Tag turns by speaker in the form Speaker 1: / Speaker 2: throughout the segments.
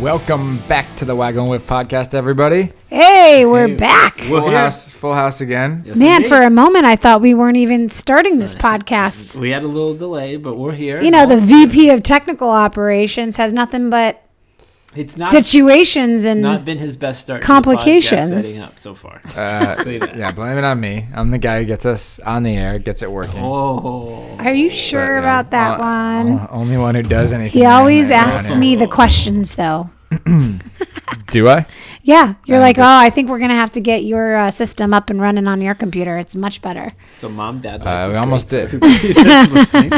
Speaker 1: Welcome back to the Wagon Whip Podcast, everybody.
Speaker 2: Hey, we're back.
Speaker 1: Full house, full house again.
Speaker 3: Yes,
Speaker 2: Man,
Speaker 3: indeed.
Speaker 2: for a moment I thought we weren't even starting this podcast.
Speaker 3: Uh, we had a little delay, but we're here.
Speaker 2: You know, the VP of Technical Operations has nothing but
Speaker 3: it's not
Speaker 2: situations and
Speaker 3: not been his best start. to the podcast
Speaker 2: Complications.
Speaker 3: setting up so far.
Speaker 1: Uh,
Speaker 3: Say that.
Speaker 1: yeah, blame it on me. I'm the guy who gets us on the air, gets it working.
Speaker 3: Oh,
Speaker 2: Are you sure
Speaker 1: you know,
Speaker 2: about
Speaker 3: Uh,
Speaker 2: that
Speaker 1: o-
Speaker 2: one?
Speaker 1: Only one who does anything.
Speaker 2: He
Speaker 1: on
Speaker 2: always
Speaker 1: the air.
Speaker 2: asks me the questions though.
Speaker 1: Do I?
Speaker 2: Yeah, you're
Speaker 1: I
Speaker 2: like, "Oh,
Speaker 1: think it's-
Speaker 2: I think we're going to have to get your uh, system up and running on your computer. It's much better."
Speaker 3: so mom, dad,
Speaker 1: Uh,
Speaker 3: life
Speaker 1: we
Speaker 3: is
Speaker 1: almost
Speaker 3: great.
Speaker 1: did.
Speaker 3: That's listening.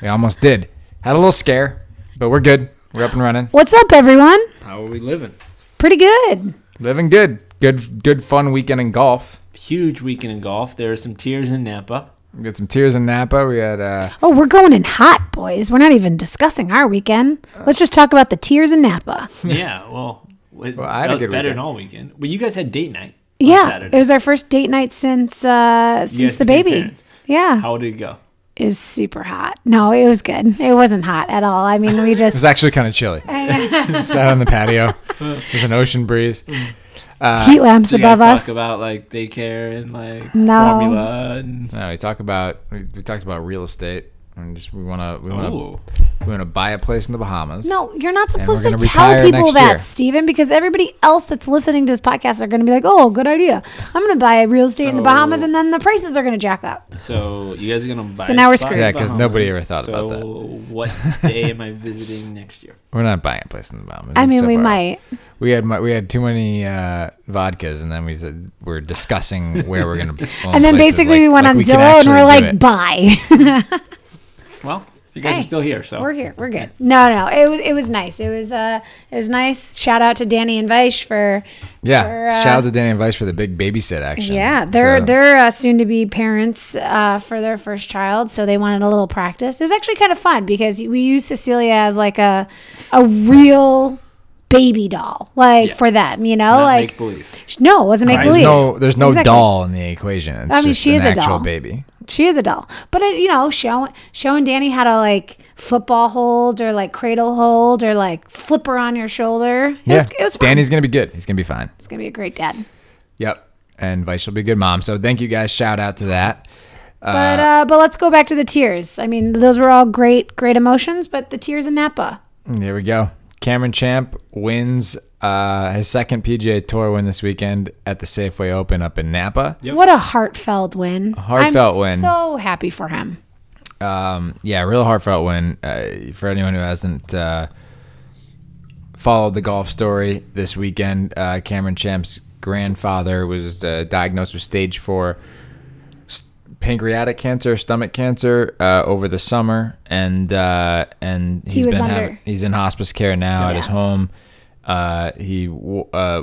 Speaker 1: We almost did. Had a little scare, but we're good. We're up and running.
Speaker 2: What's up, everyone?
Speaker 3: How are we living?
Speaker 2: Pretty good.
Speaker 1: Living good. Good, good, fun weekend in golf.
Speaker 3: Huge weekend in golf. There are some tears in Napa.
Speaker 1: We got some tears in Napa. We had uh,
Speaker 2: Oh, we're going in hot, boys. We're not even discussing our weekend. Let's just talk about the tears in Napa.
Speaker 3: yeah, well, it,
Speaker 1: Well, I had
Speaker 3: that
Speaker 1: a
Speaker 3: was
Speaker 1: good
Speaker 3: better
Speaker 1: weekend.
Speaker 3: than all weekend. Well, you guys had date night. on
Speaker 2: Yeah,
Speaker 3: Saturday.
Speaker 2: it was our first date night since uh, since
Speaker 3: guys
Speaker 2: the
Speaker 3: became
Speaker 2: baby.
Speaker 3: parents.
Speaker 2: Yeah,
Speaker 3: How did it go?
Speaker 2: it was super hot. No, it was good. It wasn't hot at all. I mean, we
Speaker 1: It was
Speaker 2: just
Speaker 1: actually kind of chilly. Sat on the patio. There's an ocean breeze.
Speaker 2: heat lamps
Speaker 1: Uh,
Speaker 3: Did you
Speaker 2: above
Speaker 3: guys talk
Speaker 2: us.
Speaker 3: about like daycare and like
Speaker 2: No.
Speaker 3: formula and
Speaker 1: No, we talk about we, we talked about real estate and just we want to we want
Speaker 3: Ooh.
Speaker 1: to we want to buy a place in the Bahamas.
Speaker 2: no, you're not
Speaker 1: we're
Speaker 2: supposed to
Speaker 1: gonna
Speaker 2: tell
Speaker 1: retire next
Speaker 2: people that,
Speaker 1: year.
Speaker 2: Stephen, because everybody else that's listening to this podcast are going to be like, "Oh, good idea. I'm going to buy real estate in the
Speaker 3: So-
Speaker 2: Bahamas," and then the prices are going to jack up.
Speaker 3: So you guys are gonna buy.
Speaker 2: So now
Speaker 3: a
Speaker 2: we're
Speaker 3: spot
Speaker 2: screwed.
Speaker 3: in
Speaker 1: Yeah, 'cause nobody ever thought
Speaker 3: so
Speaker 1: about that.
Speaker 3: what day am I visiting next year?
Speaker 1: We're not buying a place in the Bahamas.
Speaker 2: I
Speaker 1: It's
Speaker 2: mean, we
Speaker 1: somewhere else.
Speaker 2: might.
Speaker 1: We had mu- we had too many uh, vodkas, and then we said we're discussing where we're gonna. own
Speaker 2: And then
Speaker 1: places,
Speaker 2: basically, we
Speaker 1: like-
Speaker 2: went
Speaker 1: like
Speaker 2: on
Speaker 1: can
Speaker 2: Zillow
Speaker 1: actually
Speaker 2: and
Speaker 1: do
Speaker 2: we're like,
Speaker 1: it.
Speaker 2: "Buy."
Speaker 3: Well, you guys
Speaker 2: Hey,
Speaker 3: are still here, so
Speaker 2: We're here. We're good. No, no, it was it was nice. It was uh it was nice. Shout out to Danny and Vaish for
Speaker 1: yeah.
Speaker 2: for, uh,
Speaker 1: Shout out to Danny and Vice for the big babysit action.
Speaker 2: yeah they're
Speaker 1: So,
Speaker 2: they're uh, soon to be parents uh, for their first child, so they wanted a little practice. It was actually kind of fun because we used Cecilia as like a a real baby doll, like
Speaker 3: Yeah.
Speaker 2: for them, you
Speaker 3: It's
Speaker 2: know,
Speaker 3: not
Speaker 2: like
Speaker 3: make believe.
Speaker 2: sh- no, it wasn't make
Speaker 1: There's
Speaker 2: believe.
Speaker 1: no there's no
Speaker 2: Exactly.
Speaker 1: doll in the equation. It's
Speaker 2: I mean,
Speaker 1: just
Speaker 2: she
Speaker 1: an
Speaker 2: is a
Speaker 1: actual
Speaker 2: doll.
Speaker 1: baby.
Speaker 2: She is a doll, but it, you know, showing showing Danny how to like football hold or like cradle hold or like flip her on your shoulder. It
Speaker 1: Yeah,
Speaker 2: was, it was fun.
Speaker 1: Danny's gonna be good. He's gonna be fine.
Speaker 2: It's gonna be a great dad.
Speaker 1: Yep. And Vice will be a good mom. So thank you guys. Shout out to that.
Speaker 2: But uh, but let's go back to the tears. I mean, those were all great great emotions, but the tears in Napa.
Speaker 1: There we go. Cameron Champ wins uh, his second PGA Tour win this weekend at the Safeway Open up in Napa.
Speaker 3: Yep.
Speaker 2: What a heartfelt win.
Speaker 1: heartfelt
Speaker 2: I'm
Speaker 1: win.
Speaker 2: So happy for him.
Speaker 1: Um, yeah, real heartfelt win. Uh, for anyone who hasn't uh, followed the golf story this weekend, uh, Cameron Champ's grandfather was uh, diagnosed with stage four s- pancreatic cancer, stomach cancer uh, over the summer, and uh, and he's
Speaker 2: was
Speaker 1: been
Speaker 2: under- Oh,
Speaker 1: having- he's in hospice care now at his home. Uh, he w- uh,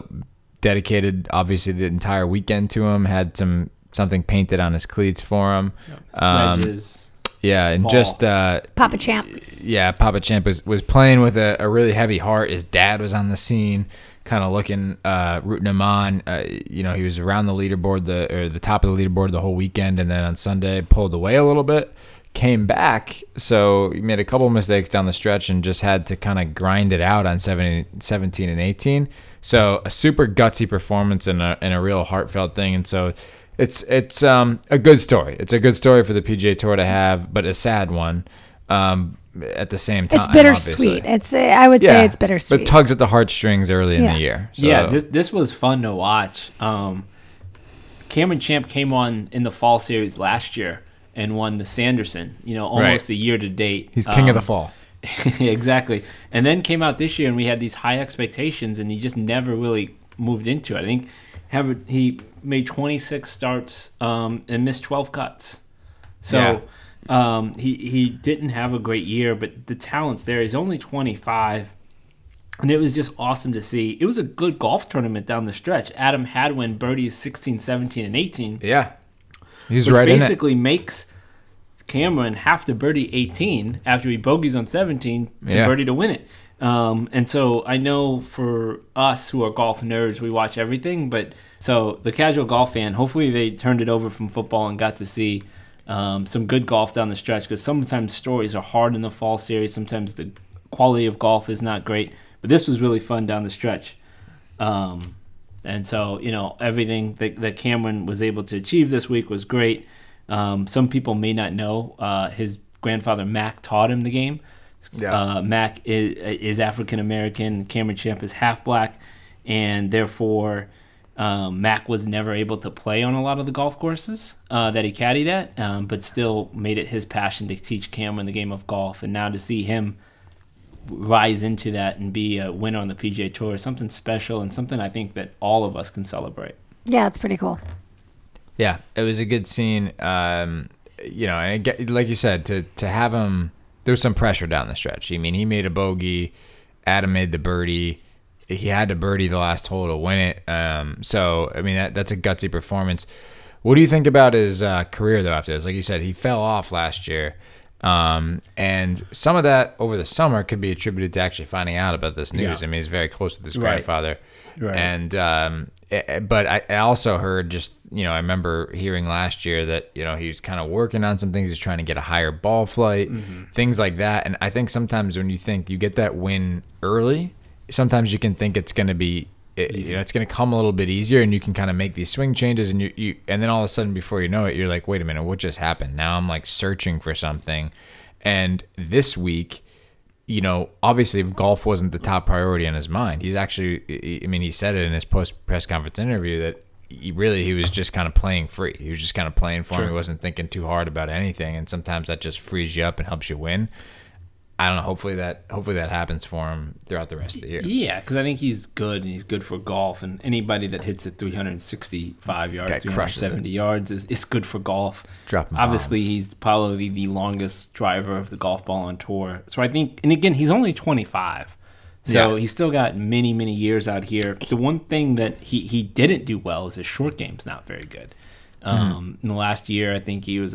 Speaker 1: dedicated obviously the entire weekend to him. Had some something painted on his cleats for him.
Speaker 3: Wedges.
Speaker 1: Yeah, and
Speaker 3: Ball.
Speaker 1: just uh,
Speaker 2: Papa Champ.
Speaker 1: yeah, Papa Champ was, was playing with a, a really heavy heart. His dad was on the scene, kind of looking, uh, rooting him on. Uh, you know, he was around the leaderboard, the or the top of the leaderboard the whole weekend, and then on Sunday pulled away a little bit, came back. So he made a couple mistakes down the stretch and just had to kind of grind it out on 17, 17 and 18. So a super gutsy performance and a, and a real heartfelt thing. And so it's it's um, a good story. It's a good story for the PGA Tour to have, but a sad one um, at the same time.
Speaker 2: It's bittersweet.
Speaker 1: obviously.
Speaker 2: It's uh, I would
Speaker 1: Yeah,
Speaker 2: say it's bittersweet.
Speaker 1: But tugs at the heartstrings early in
Speaker 2: Yeah.
Speaker 1: the year. So
Speaker 3: Yeah, this this was fun to watch. Um, Cameron Champ came on in the fall series last year and won the Sanderson. You know, almost
Speaker 1: Right.
Speaker 3: a year to date.
Speaker 1: he's king of the
Speaker 3: Um,
Speaker 1: fall.
Speaker 3: exactly. And then came out this year, and we had these high expectations, and he just never really moved into it. I think have he made 26 starts um, and missed 12 cuts. So um, he he didn't have a great year, but the talent's there. He's only 25. And it was just awesome to see. It was a good golf tournament down the stretch. Adam Hadwin birdies 16, 17, and 18
Speaker 1: Yeah, he's
Speaker 3: which
Speaker 1: right in it.
Speaker 3: basically makes Cameron have to birdie 18 after he bogeys on 17 to
Speaker 1: Yeah.
Speaker 3: birdie to win it. Um, and so I know for us who are golf nerds, we watch everything. But so the casual golf fan, hopefully they turned it over from football and got to see um, some good golf down the stretch because sometimes stories are hard in the fall series. Sometimes the quality of golf is not great. But this was really fun down the stretch. Um, and so, you know, everything that, that Cameron was able to achieve this week was great. Um, some people may not know uh, his grandfather, Mac, taught him the game.
Speaker 1: Yeah.
Speaker 3: Uh, Mac is, is African American, Cameron Champ is half black, and therefore. Um, Mac was never able to play on a lot of the golf courses uh, that he caddied at, um, but still made it his passion to teach Cameron the game of golf. And now to see him rise into that and be a winner on the PGA Tour is something special and something I think that all of us can celebrate.
Speaker 2: Yeah, it's pretty cool.
Speaker 1: Yeah, it was a good scene. Um, you know, and it, get- like you said, to to have him, there was some pressure down the stretch. I mean, he made a bogey, Adam made the birdie. He had to birdie the last hole to win it. Um, so I mean, that that's a gutsy performance. What do you think about his uh, career though? After this, like you said, he fell off last year, um, and some of that over the summer could be attributed to actually finding out about this news.
Speaker 3: Yeah.
Speaker 1: I mean, he's very close to this
Speaker 3: Right.
Speaker 1: grandfather,
Speaker 3: Right.
Speaker 1: and um, eh, eh, but I, I also heard just you know I remember hearing last year that you know he was kind of working on some things, he's trying to get a higher ball flight,
Speaker 3: Mm-hmm.
Speaker 1: things like that. And I think sometimes when you think you get that win early, sometimes you can think it's going to be. It, you know, it's going to come a little bit easier, and you can kind of make these swing changes, and you, you, and then all of a sudden, before you know it, you're like, wait a minute, what just happened? Now I'm like searching for something, and this week, you know, obviously golf wasn't the top priority in his mind. He's actually, I- I mean, he said it in his post press conference interview that he really he was just kind of playing free. He was just kind of playing for him. He wasn't thinking too hard about anything. And sometimes that just frees you up and helps you win. I don't know. Hopefully that hopefully that happens for him throughout the rest of the year.
Speaker 3: Yeah, because I think he's good and he's good for golf. And anybody that hits it 365 yards,
Speaker 1: Guy crushes
Speaker 3: 370 yards is, is good for golf.
Speaker 1: dropping
Speaker 3: Obviously,
Speaker 1: bombs.
Speaker 3: he's probably the longest driver of the golf ball on tour. So I think, and again, he's only 25. So
Speaker 1: Yeah.
Speaker 3: he's still got many, many years out here. The one thing that he, he didn't do well is his short game's not very good. Um, In the last year, I think he was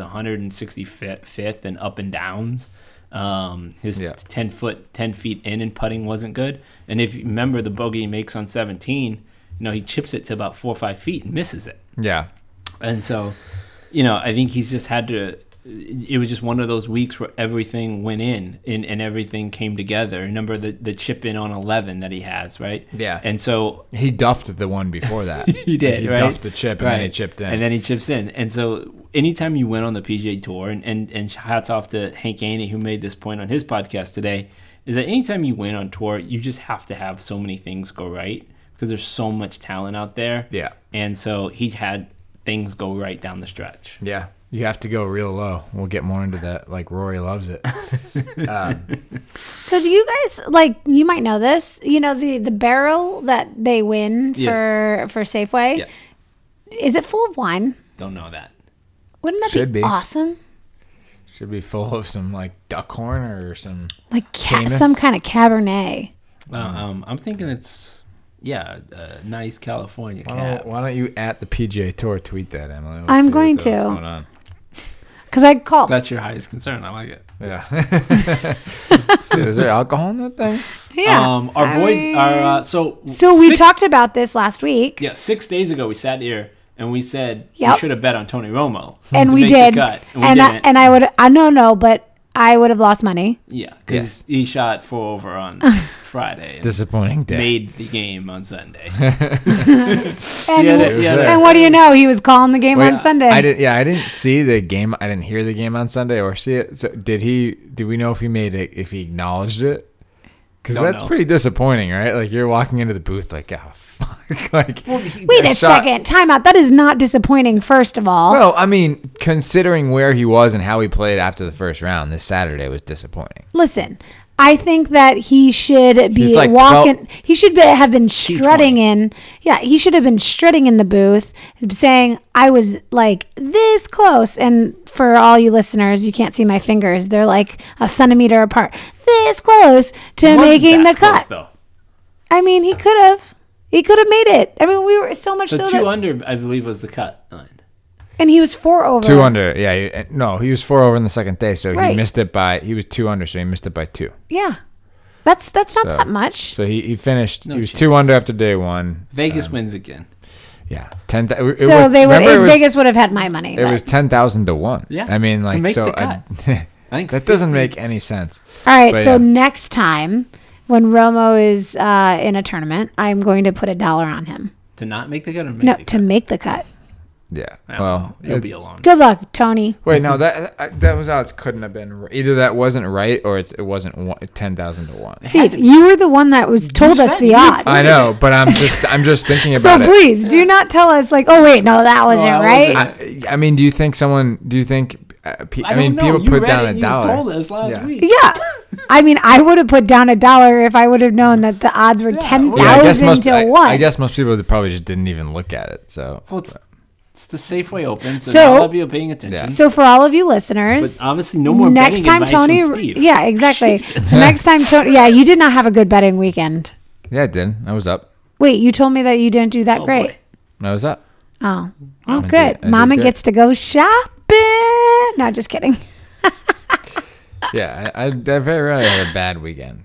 Speaker 3: 165th in up and downs. Um, his
Speaker 1: Yeah.
Speaker 3: 10 foot 10 feet in and putting wasn't good and if you remember the bogey he makes on 17 you know he chips it to about four or five feet and misses it
Speaker 1: Yeah.
Speaker 3: and so you know i think he's just had to it was just one of those weeks where everything went in and, and everything came together remember the, the chip in on 11 that he has right
Speaker 1: Yeah.
Speaker 3: and so
Speaker 1: He duffed the one before that.
Speaker 3: he did.
Speaker 1: He
Speaker 3: right?
Speaker 1: duffed the chip and then he
Speaker 3: Right.
Speaker 1: chipped in.
Speaker 3: And then he chips in. And so anytime you win on the PGA Tour, and, and, and hats off to Hank Haney who made this point on his podcast today, is that anytime you win on tour, you just have to have so many things go right because there's so much talent out there.
Speaker 1: Yeah.
Speaker 3: And so he had things go right down the stretch.
Speaker 1: Yeah, you have to go real low. We'll get more into that. Like Rory loves it.
Speaker 2: So do you guys like you might know this, you know the the barrel that they win
Speaker 3: Yes.
Speaker 2: for for Safeway?
Speaker 3: Yeah.
Speaker 2: Is it full of wine?
Speaker 3: Don't know that.
Speaker 2: Wouldn't that
Speaker 1: Should
Speaker 2: be,
Speaker 1: be.
Speaker 2: awesome?
Speaker 1: Should be full of some like duck horn or some.
Speaker 2: Like ca-
Speaker 1: Canis?
Speaker 2: some kind of cabernet.
Speaker 3: Uh, um, I'm thinking it's, yeah, a nice California
Speaker 1: Why
Speaker 3: cat.
Speaker 1: don't, Oh, why don't you at the PGA Tour tweet that, Emily? We'll
Speaker 2: I'm
Speaker 1: see what
Speaker 2: going
Speaker 1: the-
Speaker 2: to.
Speaker 1: what's going on.
Speaker 2: Cuz I call
Speaker 3: That's your highest concern. I like it.
Speaker 1: Yeah. See, is there alcohol in that thing?
Speaker 2: Yeah.
Speaker 3: Um, our boy, our, uh, so
Speaker 2: so we
Speaker 3: six-
Speaker 2: talked about this last week.
Speaker 3: Yeah, six days ago we sat here and we said we
Speaker 2: Yep.
Speaker 3: should have bet on Tony Romo,
Speaker 2: and
Speaker 3: to
Speaker 2: we
Speaker 3: make the
Speaker 2: did.
Speaker 3: cut, and we
Speaker 2: and I,
Speaker 3: didn't.
Speaker 2: and I would I no no, but I would have lost money.
Speaker 3: yeah, because he shot four over on Friday and
Speaker 1: Disappointing day.
Speaker 3: made the game on Sunday.
Speaker 2: And,
Speaker 3: Yeah,
Speaker 2: wh-
Speaker 3: it was
Speaker 1: there.
Speaker 2: and what do you know? He was calling the game on
Speaker 1: Wait,
Speaker 2: Sunday.
Speaker 1: I didn't. Yeah, I didn't see the game. I didn't hear the game on Sunday or see it. So did he? Do we know if he made it? If he acknowledged it? Because
Speaker 3: Don't
Speaker 1: that's
Speaker 3: know.
Speaker 1: pretty disappointing, right? Like you're walking into the booth, like, oh fuck, like.
Speaker 2: Wait
Speaker 1: I
Speaker 2: a
Speaker 1: shot-
Speaker 2: second. Time out. That is not disappointing, first of all.
Speaker 1: Well, I mean, considering where he was and how he played after the first round, this Saturday was disappointing.
Speaker 2: Listen, I think that he should be
Speaker 1: He's like
Speaker 2: walking. he should be, have been strutting
Speaker 3: C20.
Speaker 2: in. Yeah, he should have been strutting in the booth, saying, "I was like this close." And for all you listeners, you can't see my fingers; they're like a centimeter apart. This close to
Speaker 3: Wasn't
Speaker 2: making the
Speaker 3: that close,
Speaker 2: cut. I mean, he could have. He could have made it. I mean, we were so much so,
Speaker 3: though. So
Speaker 2: that,
Speaker 3: two under, I believe, was the cut line.
Speaker 2: and he was four over.
Speaker 1: Two under, yeah. he- uh, No, he was four over in the second day, so he
Speaker 2: Right.
Speaker 1: missed it by. He was two under, so he missed it by two.
Speaker 2: Yeah, that's that's not
Speaker 1: So-
Speaker 2: that much.
Speaker 1: So he, he finished. he was
Speaker 3: chance.
Speaker 1: two under after day one.
Speaker 3: Vegas wins again.
Speaker 1: Yeah, ten. thou- It
Speaker 2: So
Speaker 1: was,
Speaker 2: they would.
Speaker 1: remember it was,
Speaker 2: Vegas would have had my money.
Speaker 1: It
Speaker 2: but-
Speaker 1: was ten thousand to one.
Speaker 3: Yeah,
Speaker 1: I mean,
Speaker 3: to
Speaker 1: like
Speaker 3: make
Speaker 1: so.
Speaker 3: the
Speaker 1: I-
Speaker 3: cut. I think
Speaker 1: that doesn't make
Speaker 3: 50
Speaker 1: any sense.
Speaker 2: All right,
Speaker 1: But
Speaker 2: so
Speaker 1: yeah.
Speaker 2: next time when Romo is uh, in a tournament, I'm going to put a dollar on him.
Speaker 3: To not make the cut or make
Speaker 2: No,
Speaker 3: the
Speaker 2: to make the cut.
Speaker 1: Yeah.
Speaker 3: cut?
Speaker 1: Well,
Speaker 3: you'll be
Speaker 1: it's-
Speaker 3: alone.
Speaker 2: Good luck, Tony.
Speaker 1: Wait, no, that that- that was odds couldn't have been r- either. That wasn't right, or it's, it wasn't one, ten thousand to one.
Speaker 2: Steve, you were the one that was told us
Speaker 3: said
Speaker 2: the
Speaker 3: you-
Speaker 2: odds.
Speaker 1: I know, but I'm just I'm just thinking
Speaker 2: so
Speaker 1: about it.
Speaker 2: please do not tell us like, oh wait, no, that wasn't
Speaker 3: that
Speaker 2: right.
Speaker 3: wasn't
Speaker 1: I, I mean, do you think someone? Do you think? Uh, pe- I,
Speaker 3: don't
Speaker 1: mean,
Speaker 3: know.
Speaker 1: people
Speaker 3: You
Speaker 1: put
Speaker 3: read
Speaker 1: down
Speaker 3: it,
Speaker 1: a
Speaker 3: you
Speaker 1: dollar.
Speaker 3: told us last
Speaker 1: Yeah.
Speaker 3: week.
Speaker 2: yeah. I mean, I would have put down a dollar if I would have known that the odds were ten
Speaker 3: well-
Speaker 1: Yeah, I guess
Speaker 2: thousand
Speaker 1: most.
Speaker 2: to
Speaker 1: I,
Speaker 2: one.
Speaker 1: I guess most people probably just didn't even look at it. So
Speaker 3: Well, it's, it's the Safeway Open, so,
Speaker 2: So-
Speaker 3: so none of you are paying attention.
Speaker 1: Yeah.
Speaker 2: so for all of you listeners,
Speaker 3: But obviously, no more
Speaker 2: next
Speaker 3: betting
Speaker 2: time
Speaker 3: advice
Speaker 2: Tony,
Speaker 3: from Steve.
Speaker 2: yeah, exactly.
Speaker 3: Jesus.
Speaker 2: next time Tony, yeah, you did not have a good betting weekend.
Speaker 1: yeah, I did. I was up.
Speaker 2: Wait, you told me that you didn't do that
Speaker 3: Oh,
Speaker 2: great.
Speaker 3: boy.
Speaker 1: I was up.
Speaker 2: Oh, oh,
Speaker 1: did-
Speaker 2: good.
Speaker 1: I did
Speaker 2: Mama
Speaker 1: good.
Speaker 2: gets to go shopping. No, just kidding.
Speaker 1: Yeah, I, I, I very rarely had a bad weekend.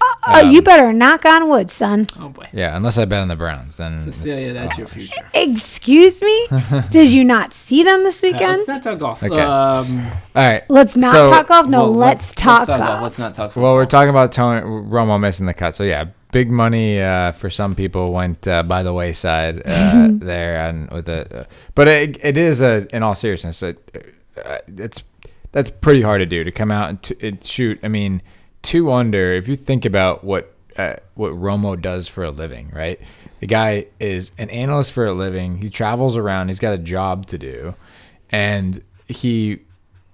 Speaker 2: Oh,
Speaker 3: Um,
Speaker 2: you better knock on wood, son.
Speaker 3: Oh boy.
Speaker 1: Yeah, unless I bet on the Browns, then
Speaker 3: Cecilia,
Speaker 1: it's- uh,
Speaker 3: that's your future.
Speaker 2: Excuse me? Did you not see them this weekend?
Speaker 3: Uh, Let's not talk golf.
Speaker 1: Okay.
Speaker 3: Um,
Speaker 1: all right.
Speaker 2: Let's not
Speaker 1: So-
Speaker 2: talk off. No,
Speaker 3: well,
Speaker 2: let's, talk
Speaker 3: let's uh,
Speaker 2: off.
Speaker 3: Let's not talk.
Speaker 1: Well,
Speaker 3: football.
Speaker 1: we're talking about Tony Romo missing the cut. So yeah, big money uh, for some people went uh, by the wayside uh, there, and with the, uh, but it, it is a in all seriousness, it, uh, it's that's pretty hard to do to come out and to, it, shoot. I mean, two under. If you think about what uh, what Romo does for a living, right? The guy is an analyst for a living. He travels around. He's got a job to do, and he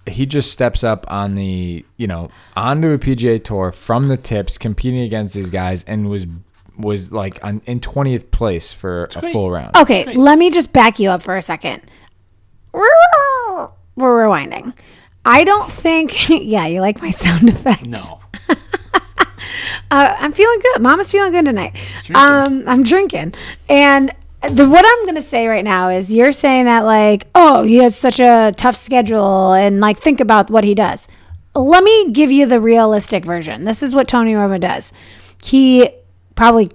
Speaker 1: he just steps up on the you know onto a PGA tour from the tips, competing against these guys, and was was like on, in twentieth place for a
Speaker 3: great.
Speaker 1: full round.
Speaker 2: Okay, let me just back you up for a second. We're rewinding. I don't think, yeah, you like my sound effect.
Speaker 3: no.
Speaker 2: Uh, I'm feeling good. Mama's feeling good tonight. Um, I'm drinking. And the, what I'm going to say right now is you're saying that, like, oh, he has such a tough schedule and, like, think about what he does. Let me give you the realistic version. This is what Tony Romo does. He probably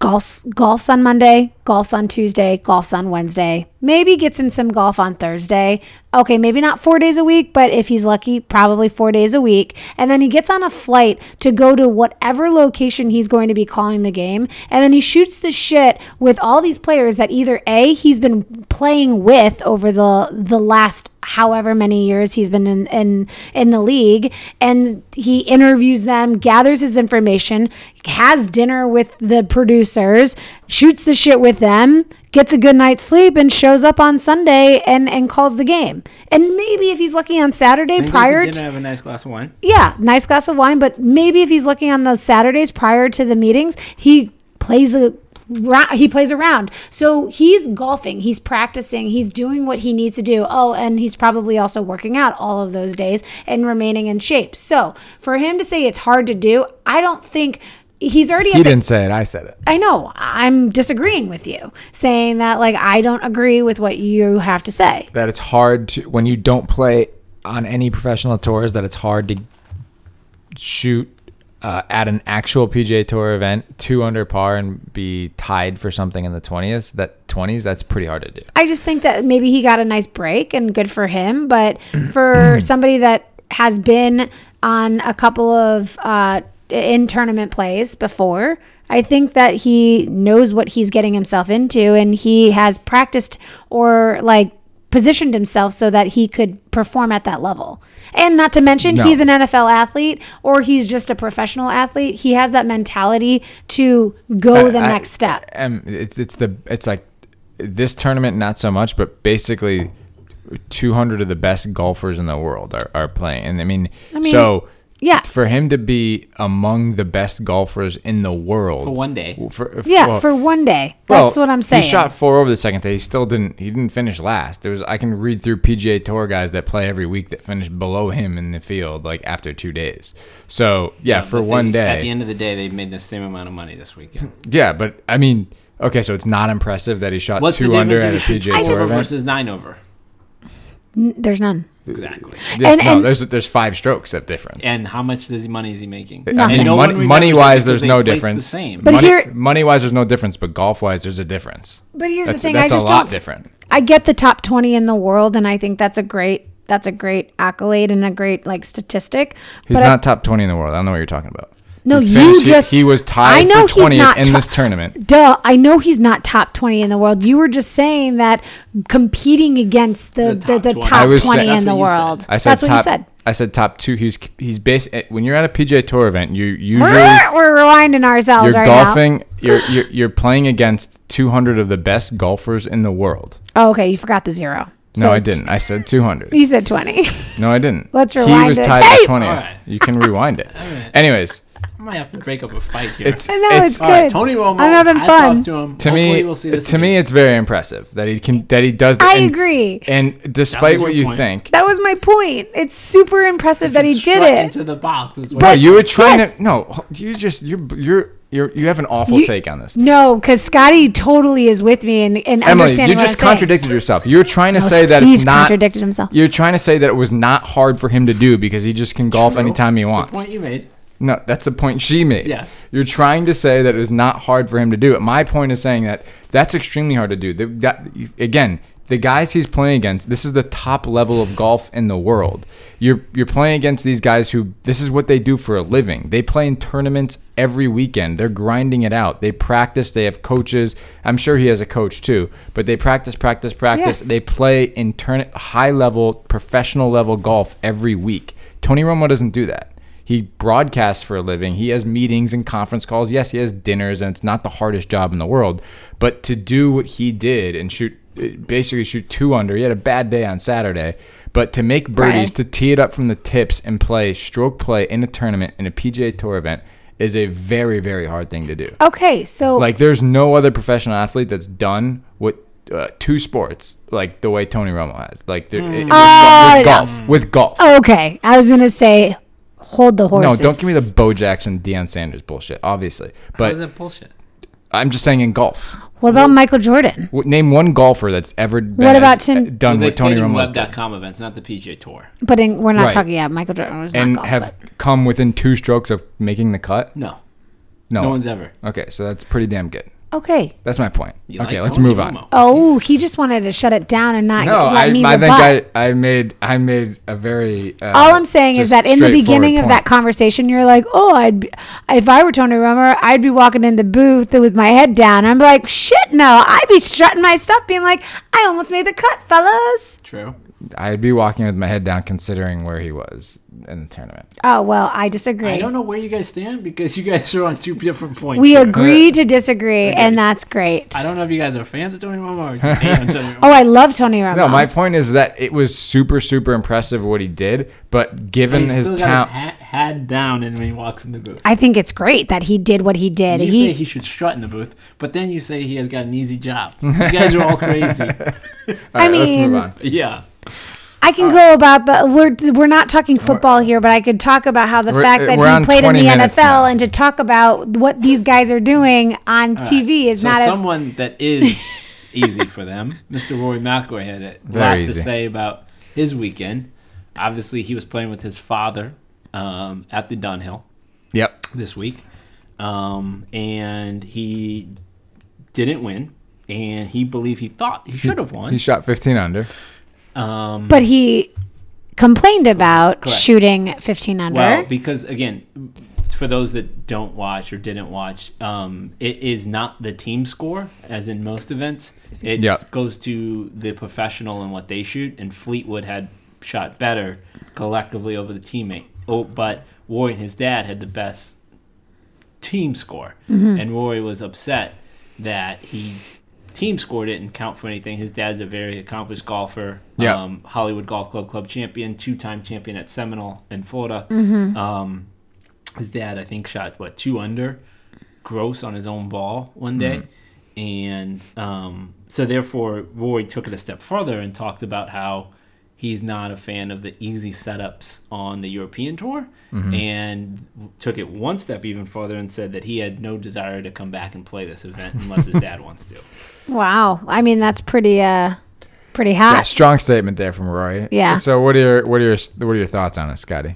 Speaker 2: golfs, golfs on Monday, golfs on Tuesday, golfs on Wednesday, maybe gets in some golf on Thursday. Okay, maybe not four days a week, but if he's lucky, probably four days a week. And then he gets on a flight to go to whatever location he's going to be calling the game. And then he shoots the shit with all these players that either A, he's been playing with over the the last however many years he's been in, in in the league and he interviews them gathers his information has dinner with the producers shoots the shit with them gets a good night's sleep and shows up on sunday and and calls the game and maybe if he's lucky on saturday
Speaker 3: Maybe
Speaker 2: prior
Speaker 3: dinner,
Speaker 2: to
Speaker 3: have a nice glass of wine.
Speaker 2: yeah, nice glass of wine. But maybe if he's looking on those Saturdays prior to the meetings, he plays a ra- he plays around. So he's golfing, he's practicing, he's doing what he needs to do. Oh, and he's probably also working out all of those days and remaining in shape. So for him to say it's hard to do, I don't think he's already
Speaker 1: He
Speaker 2: at the
Speaker 1: didn't say it. I said it.
Speaker 2: I know I'm disagreeing with you, saying that like I don't agree with what you have to say.
Speaker 1: That it's hard to when you don't play on any professional tours. That it's hard to shoot uh, at an actual PGA Tour event two under par and be tied for something in the twentieth. That twenties. That's pretty hard to do.
Speaker 2: I just think that maybe he got a nice break and good for him. But for somebody that has been on a couple of uh, in tournament plays before, I think that he knows what he's getting himself into and he has practiced or like positioned himself so that he could perform at that level. And not to mention,
Speaker 1: No.
Speaker 2: he's an NFL athlete or he's just a professional athlete. He has that mentality to go the
Speaker 1: I-
Speaker 2: next step.
Speaker 1: Um, it's it's the it's like this tournament not so much, but basically, two hundred of the best golfers in the world are, are playing, and I mean,
Speaker 2: mean,
Speaker 1: so
Speaker 2: yeah.
Speaker 1: for him to be among the best golfers in the world
Speaker 3: For one day.
Speaker 1: for,
Speaker 2: Yeah,
Speaker 1: well,
Speaker 2: for one day.
Speaker 1: well,
Speaker 2: That's what I'm saying.
Speaker 1: He shot four over the second day. He still didn't. He didn't finish last. There was I can read through PGA Tour guys that play every week that finish below him in the field like after two days. So yeah, for
Speaker 3: But they-
Speaker 1: one day
Speaker 3: At the end of the day, they made the same amount of money this weekend.
Speaker 1: yeah, but I mean, okay, so it's not impressive that he shot
Speaker 3: What's
Speaker 1: two
Speaker 3: the
Speaker 1: under
Speaker 3: difference
Speaker 1: at a
Speaker 3: between
Speaker 1: PGA Tour
Speaker 3: four over
Speaker 2: just-
Speaker 1: event.
Speaker 3: versus nine over?
Speaker 2: N- There's none.
Speaker 3: Exactly.
Speaker 1: There's-
Speaker 2: and-
Speaker 1: no,
Speaker 2: and-
Speaker 1: there's there's five strokes of difference.
Speaker 3: And how much does he money is he making?
Speaker 2: Nothing.
Speaker 1: And
Speaker 2: no
Speaker 1: money,
Speaker 3: one
Speaker 1: money
Speaker 3: remembers it
Speaker 1: wise,
Speaker 3: because
Speaker 1: there's
Speaker 3: they
Speaker 1: no
Speaker 3: placed
Speaker 1: difference.
Speaker 3: The same.
Speaker 2: But
Speaker 1: money,
Speaker 2: here-
Speaker 1: money wise, there's no difference, but golf wise, there's a difference.
Speaker 2: But here's
Speaker 1: That's,
Speaker 2: the thing:
Speaker 1: that's
Speaker 2: I just
Speaker 1: a lot
Speaker 2: don't.
Speaker 1: different.
Speaker 2: I get the top twenty in the world, and I think that's a great that's a great accolade and a great like statistic.
Speaker 1: He's
Speaker 2: but I-
Speaker 1: not top 20 in the world. I don't know what you're talking about.
Speaker 2: No,
Speaker 1: He
Speaker 2: you
Speaker 1: finished- he-
Speaker 2: just-
Speaker 1: he, was tied
Speaker 2: I know he's
Speaker 1: for 20th
Speaker 2: not
Speaker 1: in
Speaker 2: tr-
Speaker 1: this tournament.
Speaker 2: Duh, I know he's not top 20 in the world. You were just saying that competing against the, the,
Speaker 3: The top
Speaker 2: the
Speaker 3: 20.
Speaker 2: top
Speaker 1: I
Speaker 2: 20,
Speaker 1: was saying-
Speaker 2: in
Speaker 3: That's
Speaker 2: the
Speaker 3: what you said.
Speaker 2: world.
Speaker 1: I said
Speaker 2: That's
Speaker 1: top,
Speaker 2: what you said.
Speaker 1: I said top two. He's he's bas when you're at a PJ Tour event, you usually
Speaker 2: We're, we're rewinding ourselves
Speaker 1: you're
Speaker 2: right
Speaker 1: golfing. You're, you're you're playing against 200 of the best golfers in the world.
Speaker 2: now. Oh, okay, you forgot the zero.
Speaker 1: No,
Speaker 2: So
Speaker 1: I didn't. I said 200.
Speaker 2: You said 20.
Speaker 1: No, I didn't.
Speaker 2: Let's
Speaker 1: He
Speaker 2: rewind
Speaker 1: was
Speaker 2: the
Speaker 1: tied
Speaker 2: tape.
Speaker 1: for 20th.
Speaker 3: Alright.
Speaker 1: You can rewind it. Anyways,
Speaker 3: I might have to break up a fight here.
Speaker 1: it's
Speaker 2: I know,
Speaker 1: it's,
Speaker 2: it's
Speaker 3: All right,
Speaker 2: good.
Speaker 3: Tony Romo.
Speaker 2: I'm having
Speaker 3: hats
Speaker 2: fun.
Speaker 3: Off to him.
Speaker 1: to
Speaker 3: Hopefully
Speaker 1: me
Speaker 3: we'll see this
Speaker 1: to me
Speaker 3: again.
Speaker 1: it's very impressive that he can that he does that.
Speaker 2: I
Speaker 1: and-
Speaker 2: agree.
Speaker 1: And despite
Speaker 3: was
Speaker 1: what
Speaker 3: your
Speaker 1: you
Speaker 3: point.
Speaker 1: think,
Speaker 2: That was my point. It's super impressive that he did
Speaker 3: Strut
Speaker 2: it.
Speaker 3: into the box. Is what
Speaker 1: Bro,
Speaker 3: but
Speaker 1: you were trying
Speaker 2: yes.
Speaker 1: to no. You just you're you're you're you have an awful
Speaker 2: You-
Speaker 1: take on this.
Speaker 2: No, because Scotty totally is with me and, and
Speaker 1: Emily,
Speaker 2: understanding
Speaker 1: you
Speaker 2: what
Speaker 1: just
Speaker 2: I'm saying.
Speaker 1: contradicted yourself. You're trying to
Speaker 2: No,
Speaker 1: say that
Speaker 2: Steve
Speaker 1: it's not.
Speaker 2: contradicted himself.
Speaker 1: You're trying to say that it was not hard for him to do because he just can golf anytime he wants.
Speaker 3: The point you made.
Speaker 1: No, that's the point she made.
Speaker 3: Yes.
Speaker 1: You're trying to say that it is not hard for him to do it. My point is saying that that's extremely hard to do. The, that, again, the guys he's playing against, this is the top level of golf in the world. You're you're playing against these guys who this is what they do for a living. They play in tournaments every weekend. They're grinding it out. They practice, they have coaches. I'm sure he has a coach too, but they practice, practice, practice.
Speaker 2: Yes.
Speaker 1: They play in turn- high level, professional level golf every week. Tony Romo doesn't do that. He broadcasts for a living. He has meetings and conference calls. Yes, he has dinners, and it's not the hardest job in the world. But to do what he did and shoot, basically shoot two under, he had a bad day on Saturday. But to make birdies, to tee it up from the tips and play stroke play in a tournament, in a PGA Tour event, is a very, very hard thing to do.
Speaker 2: Okay, so
Speaker 1: Like, there's no other professional athlete that's done what uh, two sports like the way Tony Romo has. Like, there, it- with,
Speaker 2: Ah,
Speaker 1: golf, with golf, with golf.
Speaker 2: okay, I was gonna say, hold the
Speaker 1: No,
Speaker 2: horses.
Speaker 1: don't give me the Bo Jackson, Deion Sanders bullshit. Obviously,
Speaker 3: That
Speaker 1: but
Speaker 3: was that bullshit?
Speaker 1: I'm just saying in golf.
Speaker 2: What about Michael Jordan?
Speaker 1: W- Name one golfer that's ever been
Speaker 2: What about
Speaker 1: as-
Speaker 2: Tim-
Speaker 1: uh, done
Speaker 3: they
Speaker 1: with Tony
Speaker 3: played in
Speaker 1: Romo's done
Speaker 3: Web.com events, not the PJ Tour.
Speaker 2: But in, we're not
Speaker 1: Right.
Speaker 2: talking. Yeah, Michael Jordan was
Speaker 1: and
Speaker 2: not golf,
Speaker 1: have come within two strokes of making the cut.
Speaker 3: No,
Speaker 1: No,
Speaker 3: no one's ever.
Speaker 1: okay, so that's pretty damn good.
Speaker 2: but- okay.
Speaker 1: That's my point.
Speaker 3: You
Speaker 1: okay,
Speaker 3: like
Speaker 1: let's
Speaker 3: Tony
Speaker 1: move
Speaker 3: Romo.
Speaker 1: on.
Speaker 2: Oh, he just wanted to shut it down and not
Speaker 1: No,
Speaker 2: let
Speaker 1: I,
Speaker 2: me
Speaker 1: I
Speaker 2: rebut.
Speaker 1: think I, I made I made a very. Uh,
Speaker 2: All I'm saying
Speaker 1: just
Speaker 2: is that in the
Speaker 1: straightforward
Speaker 2: beginning of
Speaker 1: point.
Speaker 2: that conversation, you're like, "Oh, I'd be, if I were Tony Romo, I'd be walking in the booth with my head down." I'm like, "Shit, no!" I'd be strutting my stuff, being like, "I almost made the cut, fellas."
Speaker 3: True.
Speaker 1: I'd be walking with my head down, considering where he was in the tournament.
Speaker 2: Oh well, I disagree.
Speaker 3: I don't know where you guys stand because you guys are on two different points.
Speaker 2: we
Speaker 3: here.
Speaker 2: agree to disagree, and that's great.
Speaker 3: I don't know if you guys are fans of Tony Romo or just hate on Tony Romo.
Speaker 2: Oh, I love Tony Romo.
Speaker 1: No, my point is that it was super, super impressive what he did, but given
Speaker 3: He's
Speaker 1: his
Speaker 3: still got
Speaker 1: talent,
Speaker 3: his hat, hat down and when he walks in the booth.
Speaker 2: I think it's great that he did what he did.
Speaker 3: You
Speaker 2: He,
Speaker 3: say he should strut in the booth, but then you say he has got an easy job. You guys are all crazy.
Speaker 1: All
Speaker 2: I
Speaker 1: let's move
Speaker 2: mean-
Speaker 1: on.
Speaker 3: yeah.
Speaker 2: I
Speaker 1: Uh,
Speaker 2: can go about the we're we're not talking football here, but I could talk about how the
Speaker 1: We're-
Speaker 2: fact
Speaker 1: uh,
Speaker 2: that
Speaker 1: we're on
Speaker 2: he played in
Speaker 1: 20
Speaker 2: the NFL
Speaker 1: minutes now.
Speaker 2: and to talk about what these guys are doing on
Speaker 1: Uh,
Speaker 2: TV is
Speaker 3: so
Speaker 2: not as
Speaker 3: someone that is easy for them. Mr. Rory McIlroy had a lot
Speaker 1: Very easy.
Speaker 3: to say about his weekend. Obviously, he was playing with his father um, at the Dunhill
Speaker 1: Yep.
Speaker 3: this week, um, and he didn't win. And he believed he thought he should have
Speaker 1: He
Speaker 3: won.
Speaker 1: shot 15 under.
Speaker 3: Um,
Speaker 2: but he complained about
Speaker 3: Correct.
Speaker 2: shooting 15 under.
Speaker 3: Well, because again, for those that don't watch or didn't watch, um, it is not the team score as in most events. It
Speaker 1: Yeah.
Speaker 3: goes to the professional and what they shoot. And Fleetwood had shot better collectively over the teammate. Oh, but Roy and his dad had the best team score, and Rory was upset that he team score didn't count for anything. His dad's a very accomplished golfer,
Speaker 1: Yeah.
Speaker 3: um, Hollywood Golf Club club champion, two-time champion at Seminole in Florida. Um, his dad, I think, shot what two under, gross on his own ball one day,
Speaker 1: Mm-hmm.
Speaker 3: and um, so therefore Rory took it a step further and talked about how he's not a fan of the easy setups on the European tour,
Speaker 1: Mm-hmm.
Speaker 3: and took it one step even further and said that he had no desire to come back and play this event unless his dad wants to.
Speaker 2: wow. I mean, that's pretty uh pretty
Speaker 1: Yeah,
Speaker 2: hot.
Speaker 1: strong statement there from Roy.
Speaker 2: Yeah.
Speaker 1: So what are your what are your what are your thoughts on it, Scotty?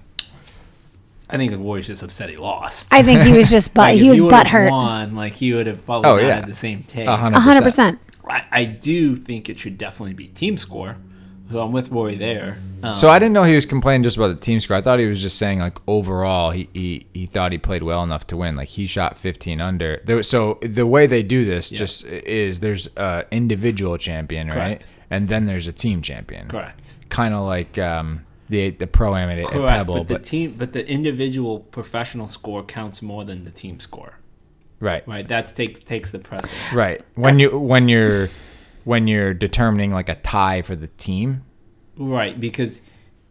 Speaker 3: I think the Rory's just upset he lost.
Speaker 2: I think he was just but
Speaker 3: Like, if
Speaker 2: he was
Speaker 3: would've
Speaker 2: butthurt.
Speaker 3: Won, like he would have probably
Speaker 1: Oh,
Speaker 3: not
Speaker 1: yeah.
Speaker 3: had the same take.
Speaker 1: A
Speaker 2: 100%.
Speaker 3: I, I do think it should definitely be team score. So I'm with Rory there. Um,
Speaker 1: So I didn't know he was complaining just about the team score. I thought he was just saying like overall he he, he thought he played well enough to win. Like he shot 15 under. There, was- so the way they do this just is there's a individual champion, right?
Speaker 3: Correct.
Speaker 1: And then there's a team champion.
Speaker 3: correct.
Speaker 1: Kind of like um, the the pro am at, at
Speaker 3: Correct.
Speaker 1: Pebble,
Speaker 3: but the team, but the individual professional score counts more than the team score.
Speaker 1: right,
Speaker 3: Right. That takes takes the precedent.
Speaker 1: right. When you when you're when you're determining like a tie for the team,
Speaker 3: Right, because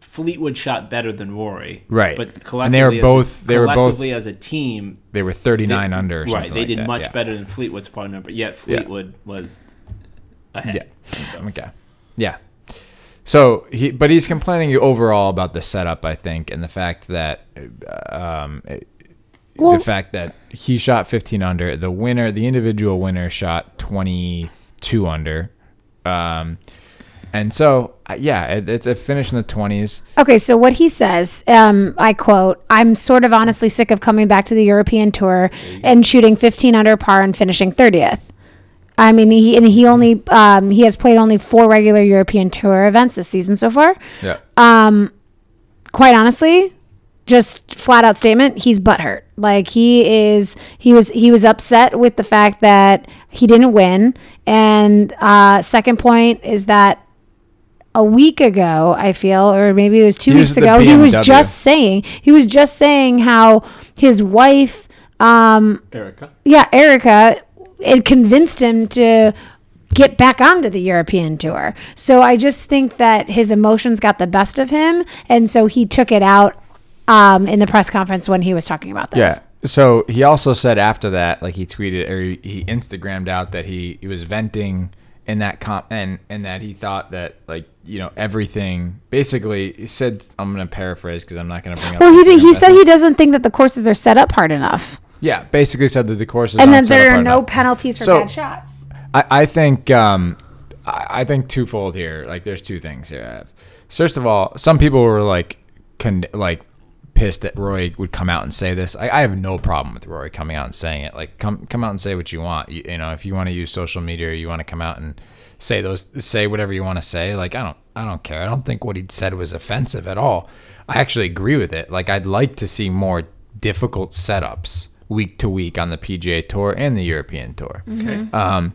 Speaker 3: Fleetwood shot better than Rory.
Speaker 1: Right.
Speaker 3: But collectively,
Speaker 1: And they were both-
Speaker 3: As a,
Speaker 1: they were both-
Speaker 3: collectively as a team.
Speaker 1: they were
Speaker 3: they-
Speaker 1: 39 under. Or something
Speaker 3: right. They
Speaker 1: like
Speaker 3: did
Speaker 1: that,
Speaker 3: much
Speaker 1: yeah.
Speaker 3: better than Fleetwood's par number. Yet Fleetwood was ahead.
Speaker 1: Yeah. Okay. Yeah. So he, but he's complaining overall about the setup, I think, and the fact that, uh, um, it-
Speaker 2: Well-
Speaker 1: the fact that he shot 15 under. The winner, the individual winner, shot 22 under. Um, and so uh, yeah, it, it's a finish in the 20s.
Speaker 2: Okay, so what he says, um, I quote, I'm sort of honestly sick of coming back to the European tour and shooting 15 under par and finishing 30th. I mean, he, and he only, um, he has played only four regular European tour events this season so far.
Speaker 1: Yeah.
Speaker 2: Quite honestly, just flat out statement, he's butthurt. Like he is, he was, he was upset with the fact that he didn't win. And, uh, second point is that a week ago, I feel, or maybe it was two
Speaker 1: He
Speaker 2: weeks
Speaker 1: was at the
Speaker 2: ago, he was
Speaker 1: BMW.
Speaker 2: just saying he was just saying how his wife, um,
Speaker 3: Erica.
Speaker 2: yeah, Erica, it convinced him to get back onto the European tour. So I just think that his emotions got the best of him, and so he took it out um, in the press conference when he was talking about this.
Speaker 1: Yeah. So he also said after that, like he tweeted or he- he Instagrammed out that he, he was venting in that comp and and that he thought that like you know everything basically he said I'm gonna paraphrase because I'm not gonna bring up.
Speaker 2: Well, he
Speaker 1: his
Speaker 2: did, he
Speaker 1: name, but-
Speaker 2: said he doesn't think that the courses are set up hard enough,
Speaker 1: yeah basically said that the courses
Speaker 2: and
Speaker 1: aren't
Speaker 2: that
Speaker 1: set up
Speaker 2: there are
Speaker 1: hard
Speaker 2: no
Speaker 1: enough.
Speaker 2: penalties for
Speaker 1: So-
Speaker 2: bad shots.
Speaker 1: I, I think um, I, I think twofold here. Like, there's two things here. I have. First of all, some people were like, con- like pissed that Roy would come out and say this. I, I have no problem with Roy coming out and saying it. Like, come come out and say what you want. You, you know, if you want to use social media, or you want to come out and say those, say whatever you want to say. Like, I don't I don't care. I don't think what he said was offensive at all. I actually agree with it. Like, I'd like to see more difficult setups week to week on the PGA Tour and the European Tour.
Speaker 3: Okay.
Speaker 1: Um,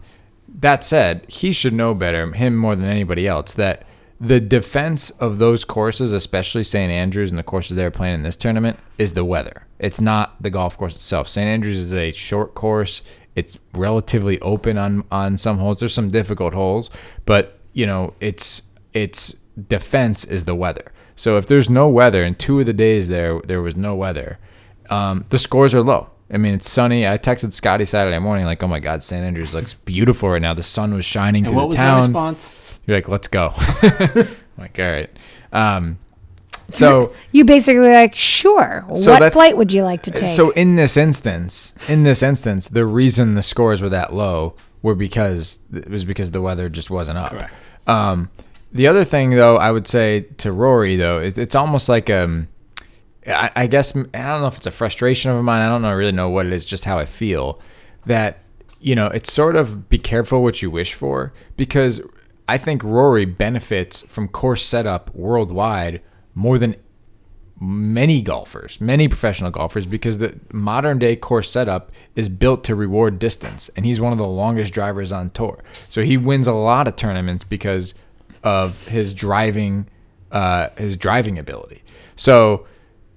Speaker 1: that said, he should know better, him more than anybody else, that the defense of those courses, especially St. Andrews and the courses they're playing in this tournament, is the weather. It's not the golf course itself. St. Andrews is a short course. It's relatively open on on some holes. There's some difficult holes, but you know, it's it's defense is the weather. So if there's no weather, and two of the days there there was no weather, um, the scores are low. I mean, it's sunny. I texted Scotty Saturday morning, like, "Oh my God, St. Andrews looks beautiful right now. The sun was shining
Speaker 3: And
Speaker 1: through
Speaker 3: what
Speaker 1: the
Speaker 3: was my
Speaker 1: town."
Speaker 3: response?
Speaker 1: You're like, "Let's go." I'm like, all right. Um, so,
Speaker 2: You basically like, sure.
Speaker 1: So
Speaker 2: what
Speaker 1: that's- Uh,
Speaker 2: flight would you like to take?
Speaker 1: so in this instance, in this instance, the reason the scores were that low were because it was because the weather just wasn't up.
Speaker 3: Correct.
Speaker 1: Um, the other thing, though, I would say to Rory, though, is it's almost like um, I, I guess I don't know if it's a frustration of mine. I don't know really know what it is, just how I feel. That you know, it's sort of be careful what you wish for because I think Rory benefits from course setup worldwide more than many golfers, many professional golfers, because the modern day course setup is built to reward distance, and he's one of the longest drivers on tour. So he wins a lot of tournaments because of his driving, uh, his driving ability. So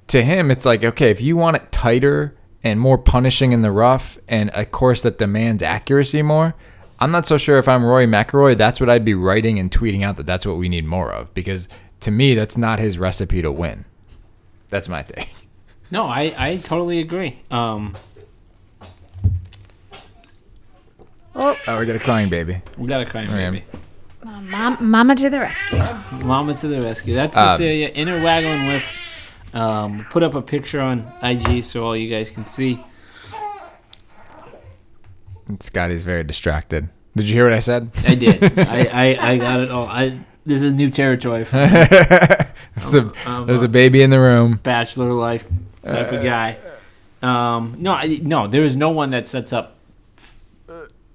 Speaker 1: to him, it's like okay, if you want it tighter and more punishing in the rough, and a course that demands accuracy more. I'm not so sure if I'm Roy McIlroy. That's what I'd be writing and tweeting out that that's what we need more of because to me that's not his recipe to win. That's my take.
Speaker 3: No, I, I totally agree. Um,
Speaker 1: Oh, we got a crying baby.
Speaker 3: we got a crying baby.
Speaker 2: Mom, mama to the rescue.
Speaker 3: Mama to the rescue. That's
Speaker 1: Ah.
Speaker 3: Cecilia in her waggling whip. Um, put up a picture on IG so all you guys can see.
Speaker 1: Scotty's very distracted. Did you hear what I said?
Speaker 3: I did. I, I, I got it all. I this is new territory for me.
Speaker 1: there's, a,
Speaker 3: Um,
Speaker 1: there's
Speaker 3: uh,
Speaker 1: a baby in the room.
Speaker 3: bachelor life type of guy. Um, no, I, no, there is no one that sets up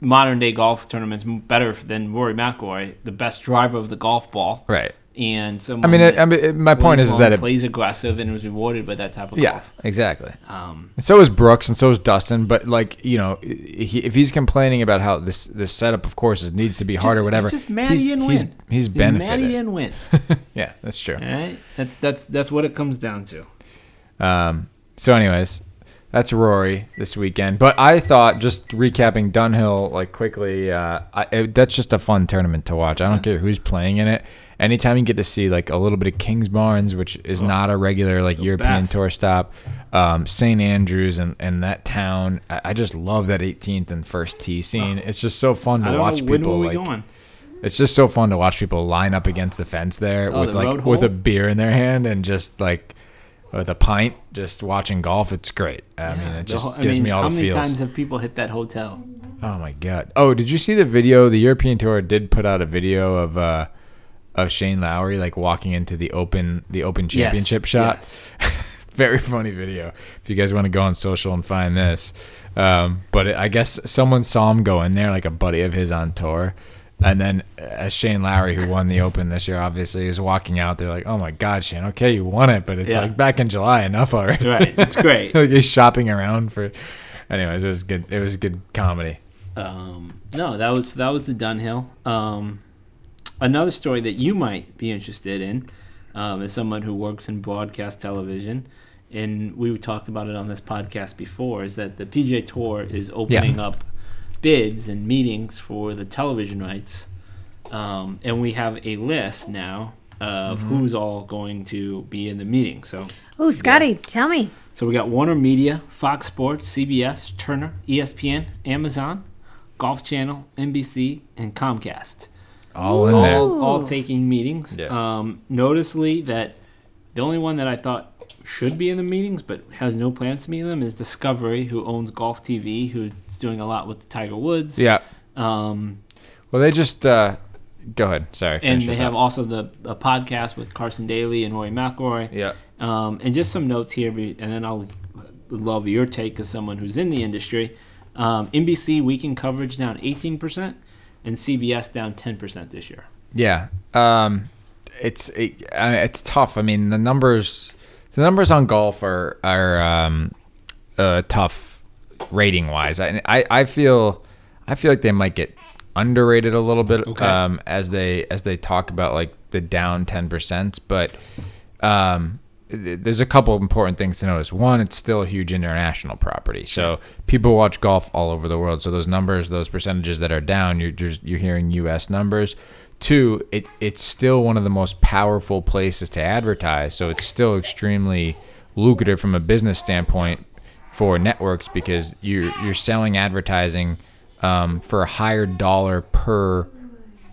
Speaker 3: modern day golf tournaments m- better than Rory McIlroy, the best driver of the golf ball.
Speaker 1: Right.
Speaker 3: and someone
Speaker 1: I mean, it,
Speaker 3: that
Speaker 1: I mean it- my
Speaker 3: plays
Speaker 1: point is, is
Speaker 3: long,
Speaker 1: that it,
Speaker 3: plays aggressive and was rewarded by that type of
Speaker 1: yeah,
Speaker 3: golf.
Speaker 1: exactly.
Speaker 3: Um,
Speaker 1: And so is Brooks, and so is Dustin. But like you know, he, if he's complaining about how this this setup of courses needs to be
Speaker 3: just-
Speaker 1: harder, whatever,
Speaker 3: It's just Maddie
Speaker 1: he's,
Speaker 3: and win.
Speaker 1: he's, he's
Speaker 3: It's Maddie
Speaker 1: benefited.
Speaker 3: and win.
Speaker 1: yeah, that's true.
Speaker 3: All right, that's that's that's what it comes down to.
Speaker 1: Um, so, anyways, that's Rory this weekend. But I thought just recapping Dunhill like quickly. Uh, I, it, that's just a fun tournament to watch. I don't care who's playing in it. Anytime you get to see like a little bit of Kings Barnes, which is not a regular like European
Speaker 3: best.
Speaker 1: tour stop, um, St Andrews and, and that town. I, I just love that 18th and first tee scene. It's just so fun
Speaker 3: I
Speaker 1: to
Speaker 3: don't
Speaker 1: watch
Speaker 3: know when
Speaker 1: people.
Speaker 3: were we
Speaker 1: like,
Speaker 3: going.
Speaker 1: it's just so fun to watch people line up against the fence there
Speaker 3: Oh,
Speaker 1: with
Speaker 3: the road
Speaker 1: like with a
Speaker 3: hole?
Speaker 1: beer in their hand and just like with a pint, just watching golf. It's great. I mean,
Speaker 3: The
Speaker 1: it just
Speaker 3: whole- I
Speaker 1: gives
Speaker 3: mean,
Speaker 1: me all
Speaker 3: how
Speaker 1: the
Speaker 3: many
Speaker 1: feels.
Speaker 3: times have people hit that hotel?
Speaker 1: oh my god! Oh, did you see the video? The European Tour did put out a video of uh of Shane Lowry like walking into the open the Open
Speaker 3: Yes,
Speaker 1: Championship shot.
Speaker 3: yes.
Speaker 1: Very funny video. If you guys want to go on social and find this, um, but it, I guess someone saw him go in there, like a buddy of his on tour, and then uh, as Shane Lowry, who won the Open this year, obviously was walking out, they're like, "Oh my God, Shane! Okay, you won it, but it's
Speaker 3: Yeah.
Speaker 1: like back in July. Enough already."
Speaker 3: Right, it's great.
Speaker 1: like he's shopping around for. Anyways, it was good. It was good comedy.
Speaker 3: Um, no, that was that was the Dunhill. Um, another story that you might be interested in, um, is someone who works in broadcast television, and we talked about it on this podcast before, is that the PJ Tour is opening up bids and meetings for the television rights, um, and we have a list now of who's all going to be in the meeting. So.
Speaker 2: Oh, Scotty, tell me.
Speaker 3: So we got Warner Media, Fox Sports, CBS, Turner, E ESPN, Amazon, Golf Channel, NBC, and Comcast.
Speaker 1: All in there.
Speaker 3: All, all
Speaker 2: Ooh.
Speaker 3: taking meetings.
Speaker 1: Yeah.
Speaker 3: Um, noticeably that the only one that I thought should be in the meetings but has no plans to be in them is Discovery, who owns Golf TV, who's doing a lot with Tiger Woods.
Speaker 1: Yeah.
Speaker 3: Um,
Speaker 1: Well, they just uh, go ahead. Sorry.
Speaker 3: and
Speaker 1: finish
Speaker 3: they
Speaker 1: your
Speaker 3: have
Speaker 1: thought.
Speaker 3: also the a podcast with Carson Daly and Roy McIlroy.
Speaker 1: Yeah.
Speaker 3: Um, and just some notes here, be- and then I'll love your take as someone who's in the industry. Um, NBC weekend coverage down 18%, and CBS down 10% this year.
Speaker 1: Yeah, um, it's it, uh, it's tough. I mean, the numbers the numbers on golf are are um, uh, tough rating wise. I, I I feel I feel like they might get underrated a little bit
Speaker 3: Okay.
Speaker 1: um, as they as they talk about like the down ten percent, but. Um, th- there's a couple of important things to notice. One, it's still a huge international property, so people watch golf all over the world. So those numbers, those percentages that are down, you're just you're hearing U.S. numbers. Two, it it's still one of the most powerful places to advertise, so it's still extremely lucrative from a business standpoint for networks because you're you're selling advertising um, for a higher dollar per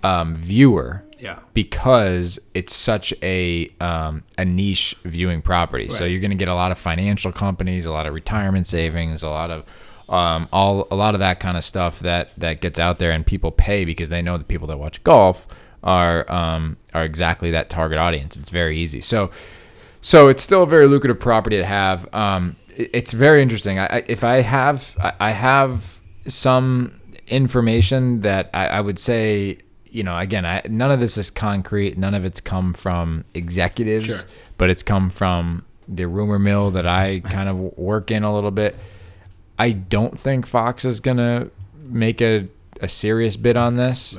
Speaker 1: um, viewer
Speaker 3: Yeah.
Speaker 1: because it's such a um, a niche viewing property. So
Speaker 3: Right.
Speaker 1: you're going to get a lot of financial companies, a lot of retirement savings, a lot of um, all a lot of that kind of stuff that that gets out there, and people pay because they know the people that watch golf are um, are exactly that target audience. It's very easy. So so it's still a very lucrative property to have. Um, i- it's very interesting. I, I if I have I, I have some information that I, I would say you know again I, none of this is concrete. None of it's come from executives,
Speaker 3: Sure.
Speaker 1: but it's come from the rumor mill that I kind of work in a little bit. I don't think Fox is gonna make a, a serious bid on this.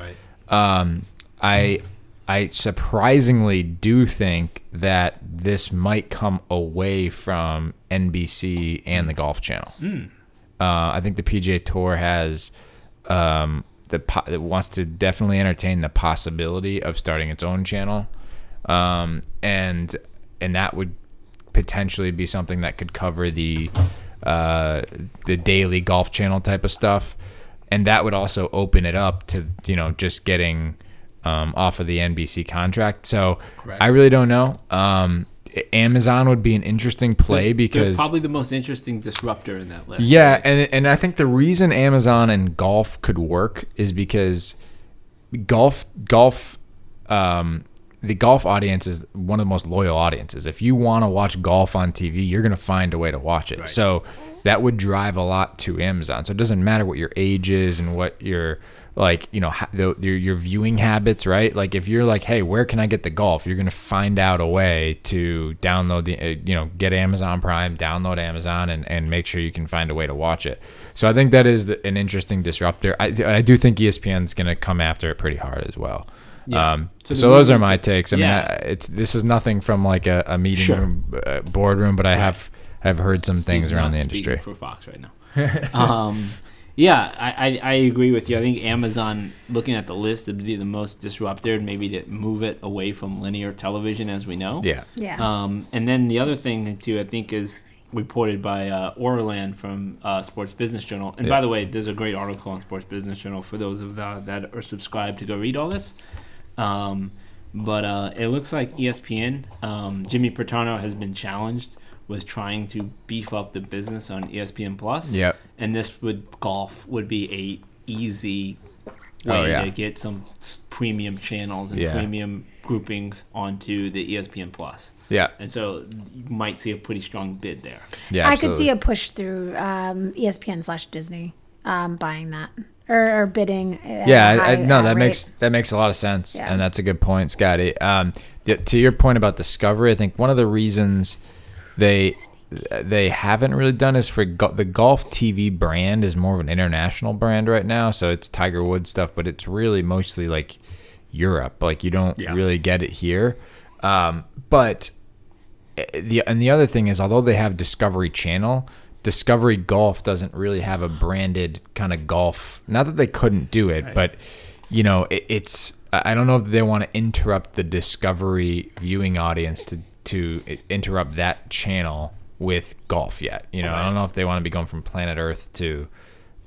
Speaker 1: Um, I I surprisingly do think that this might come away from NBC and the Golf Channel. Uh, I think the PGA Tour has um, the po- that wants to definitely entertain the possibility of starting its own channel, um, and and that would potentially be something that could cover the uh, the daily golf channel type of stuff, and that would also open it up to you know just getting um, off of the NBC contract. So
Speaker 3: Correct.
Speaker 1: I really don't know. Um, Amazon would be an interesting play
Speaker 3: They're
Speaker 1: because
Speaker 3: probably the most interesting disruptor in that list.
Speaker 1: yeah, and and I think the reason Amazon and golf could work is because golf golf um the golf audience is one of the most loyal audiences. If you want to watch golf on TV, you're going to find a way to watch it. So that would drive a lot to Amazon. So it doesn't matter what your age is and what your like you know ha- the, your your viewing habits, right? Like if you're like, hey, where can I get the golf? You're gonna find out a way to download the uh, you know get Amazon Prime, download Amazon, and and make sure you can find a way to watch it. So I think that is the, an interesting disruptor. I I do think E ESPN's gonna come after it pretty hard as well.
Speaker 3: Yeah.
Speaker 1: Um,
Speaker 3: So
Speaker 1: so,
Speaker 3: the
Speaker 1: those
Speaker 3: move-
Speaker 1: are my takes. I
Speaker 3: Yeah.
Speaker 1: mean, I, it's this is nothing from like a, a meeting
Speaker 3: Sure.
Speaker 1: room, uh, boardroom, but I have have heard some
Speaker 3: Steve's
Speaker 1: things around
Speaker 3: not
Speaker 1: the
Speaker 3: speaking
Speaker 1: industry.
Speaker 3: for Fox right now. um, yeah, I, I, I agree with you. I think Amazon, looking at the list, would be the most disruptor, and maybe to move it away from linear television as we know.
Speaker 1: yeah.
Speaker 2: Yeah.
Speaker 3: Um, and then the other thing too, I think is reported by uh, Orland from uh, Sports Business Journal. And by
Speaker 1: Yeah.
Speaker 3: the way, there's a great article on Sports Business Journal for those of the, that are subscribed to go read all this. Um, but uh, it looks like ESPN, um, Jimmy Pertano has been challenged with trying to beef up the business on E ESPN Plus.
Speaker 1: Yep.
Speaker 3: And this would golf would be a easy way
Speaker 1: Oh, yeah.
Speaker 3: to get some s- premium channels and
Speaker 1: Yeah.
Speaker 3: premium groupings onto the E ESPN Plus.
Speaker 1: Yeah.
Speaker 3: And so you might see a pretty strong bid there.
Speaker 1: Yeah.
Speaker 2: I could
Speaker 1: absolutely.
Speaker 2: see a push through um, ESPN slash Disney um, buying that or, or bidding. at
Speaker 1: Yeah, I,
Speaker 2: a
Speaker 1: I,
Speaker 2: high,
Speaker 1: no,
Speaker 2: uh,
Speaker 1: that
Speaker 2: rate.
Speaker 1: makes that makes a lot of sense,
Speaker 2: Yeah.
Speaker 1: and that's a good point, Scotty. Um, th- to your point about discovery, I think one of the reasons they they haven't really done is for go- the golf TV brand is more of an international brand right now, so it's Tiger Woods stuff, but it's really mostly like Europe. Like you don't
Speaker 3: Yeah.
Speaker 1: really get it here, um, but the and the other thing is although they have discovery channel discovery golf doesn't really have a branded kind of golf not that they couldn't do it but you know it, it's i I don't know if they want to interrupt the discovery viewing audience to to i- interrupt that channel with golf yet you know i don't know if they want to be going from planet earth to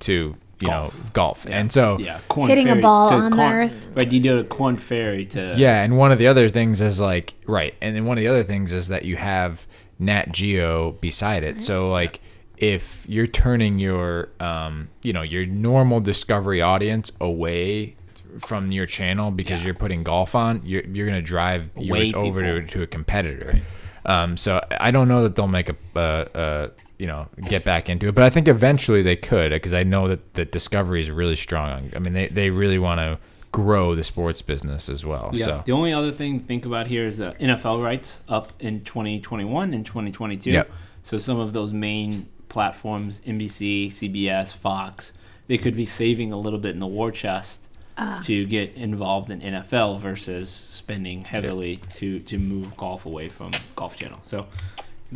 Speaker 1: to you know golf and so
Speaker 3: Yeah. Corn
Speaker 2: Hitting a ball
Speaker 3: to
Speaker 2: on the
Speaker 3: corn,
Speaker 2: earth.
Speaker 3: Right. You do a corn fairy to.
Speaker 1: yeah, and one of the other things is like right, and then one of the other things is that you have Nat Geo beside it.
Speaker 3: Mm-hmm.
Speaker 1: So like if you're turning your um you know your normal discovery audience away from your channel because
Speaker 3: Yeah.
Speaker 1: you're putting golf on, you're you're gonna drive
Speaker 3: Way
Speaker 1: yours over to,
Speaker 3: people.
Speaker 1: to a competitor. Um, so I don't know that they'll make a uh, uh, you know get back into it, but I think eventually they could because I know that that Discovery is really strong. on- I mean, they, they really want to grow the sports business as well.
Speaker 3: Yeah.
Speaker 1: So
Speaker 3: The only other thing to think about here is uh, NFL rights up in 2021 and 2022.
Speaker 1: Yep.
Speaker 3: So some of those main platforms, NBC, CBS, Fox, they could be saving a little bit in the war chest
Speaker 2: Ah.
Speaker 3: to get involved in NFL versus spending heavily to to move golf away from Golf Channel. So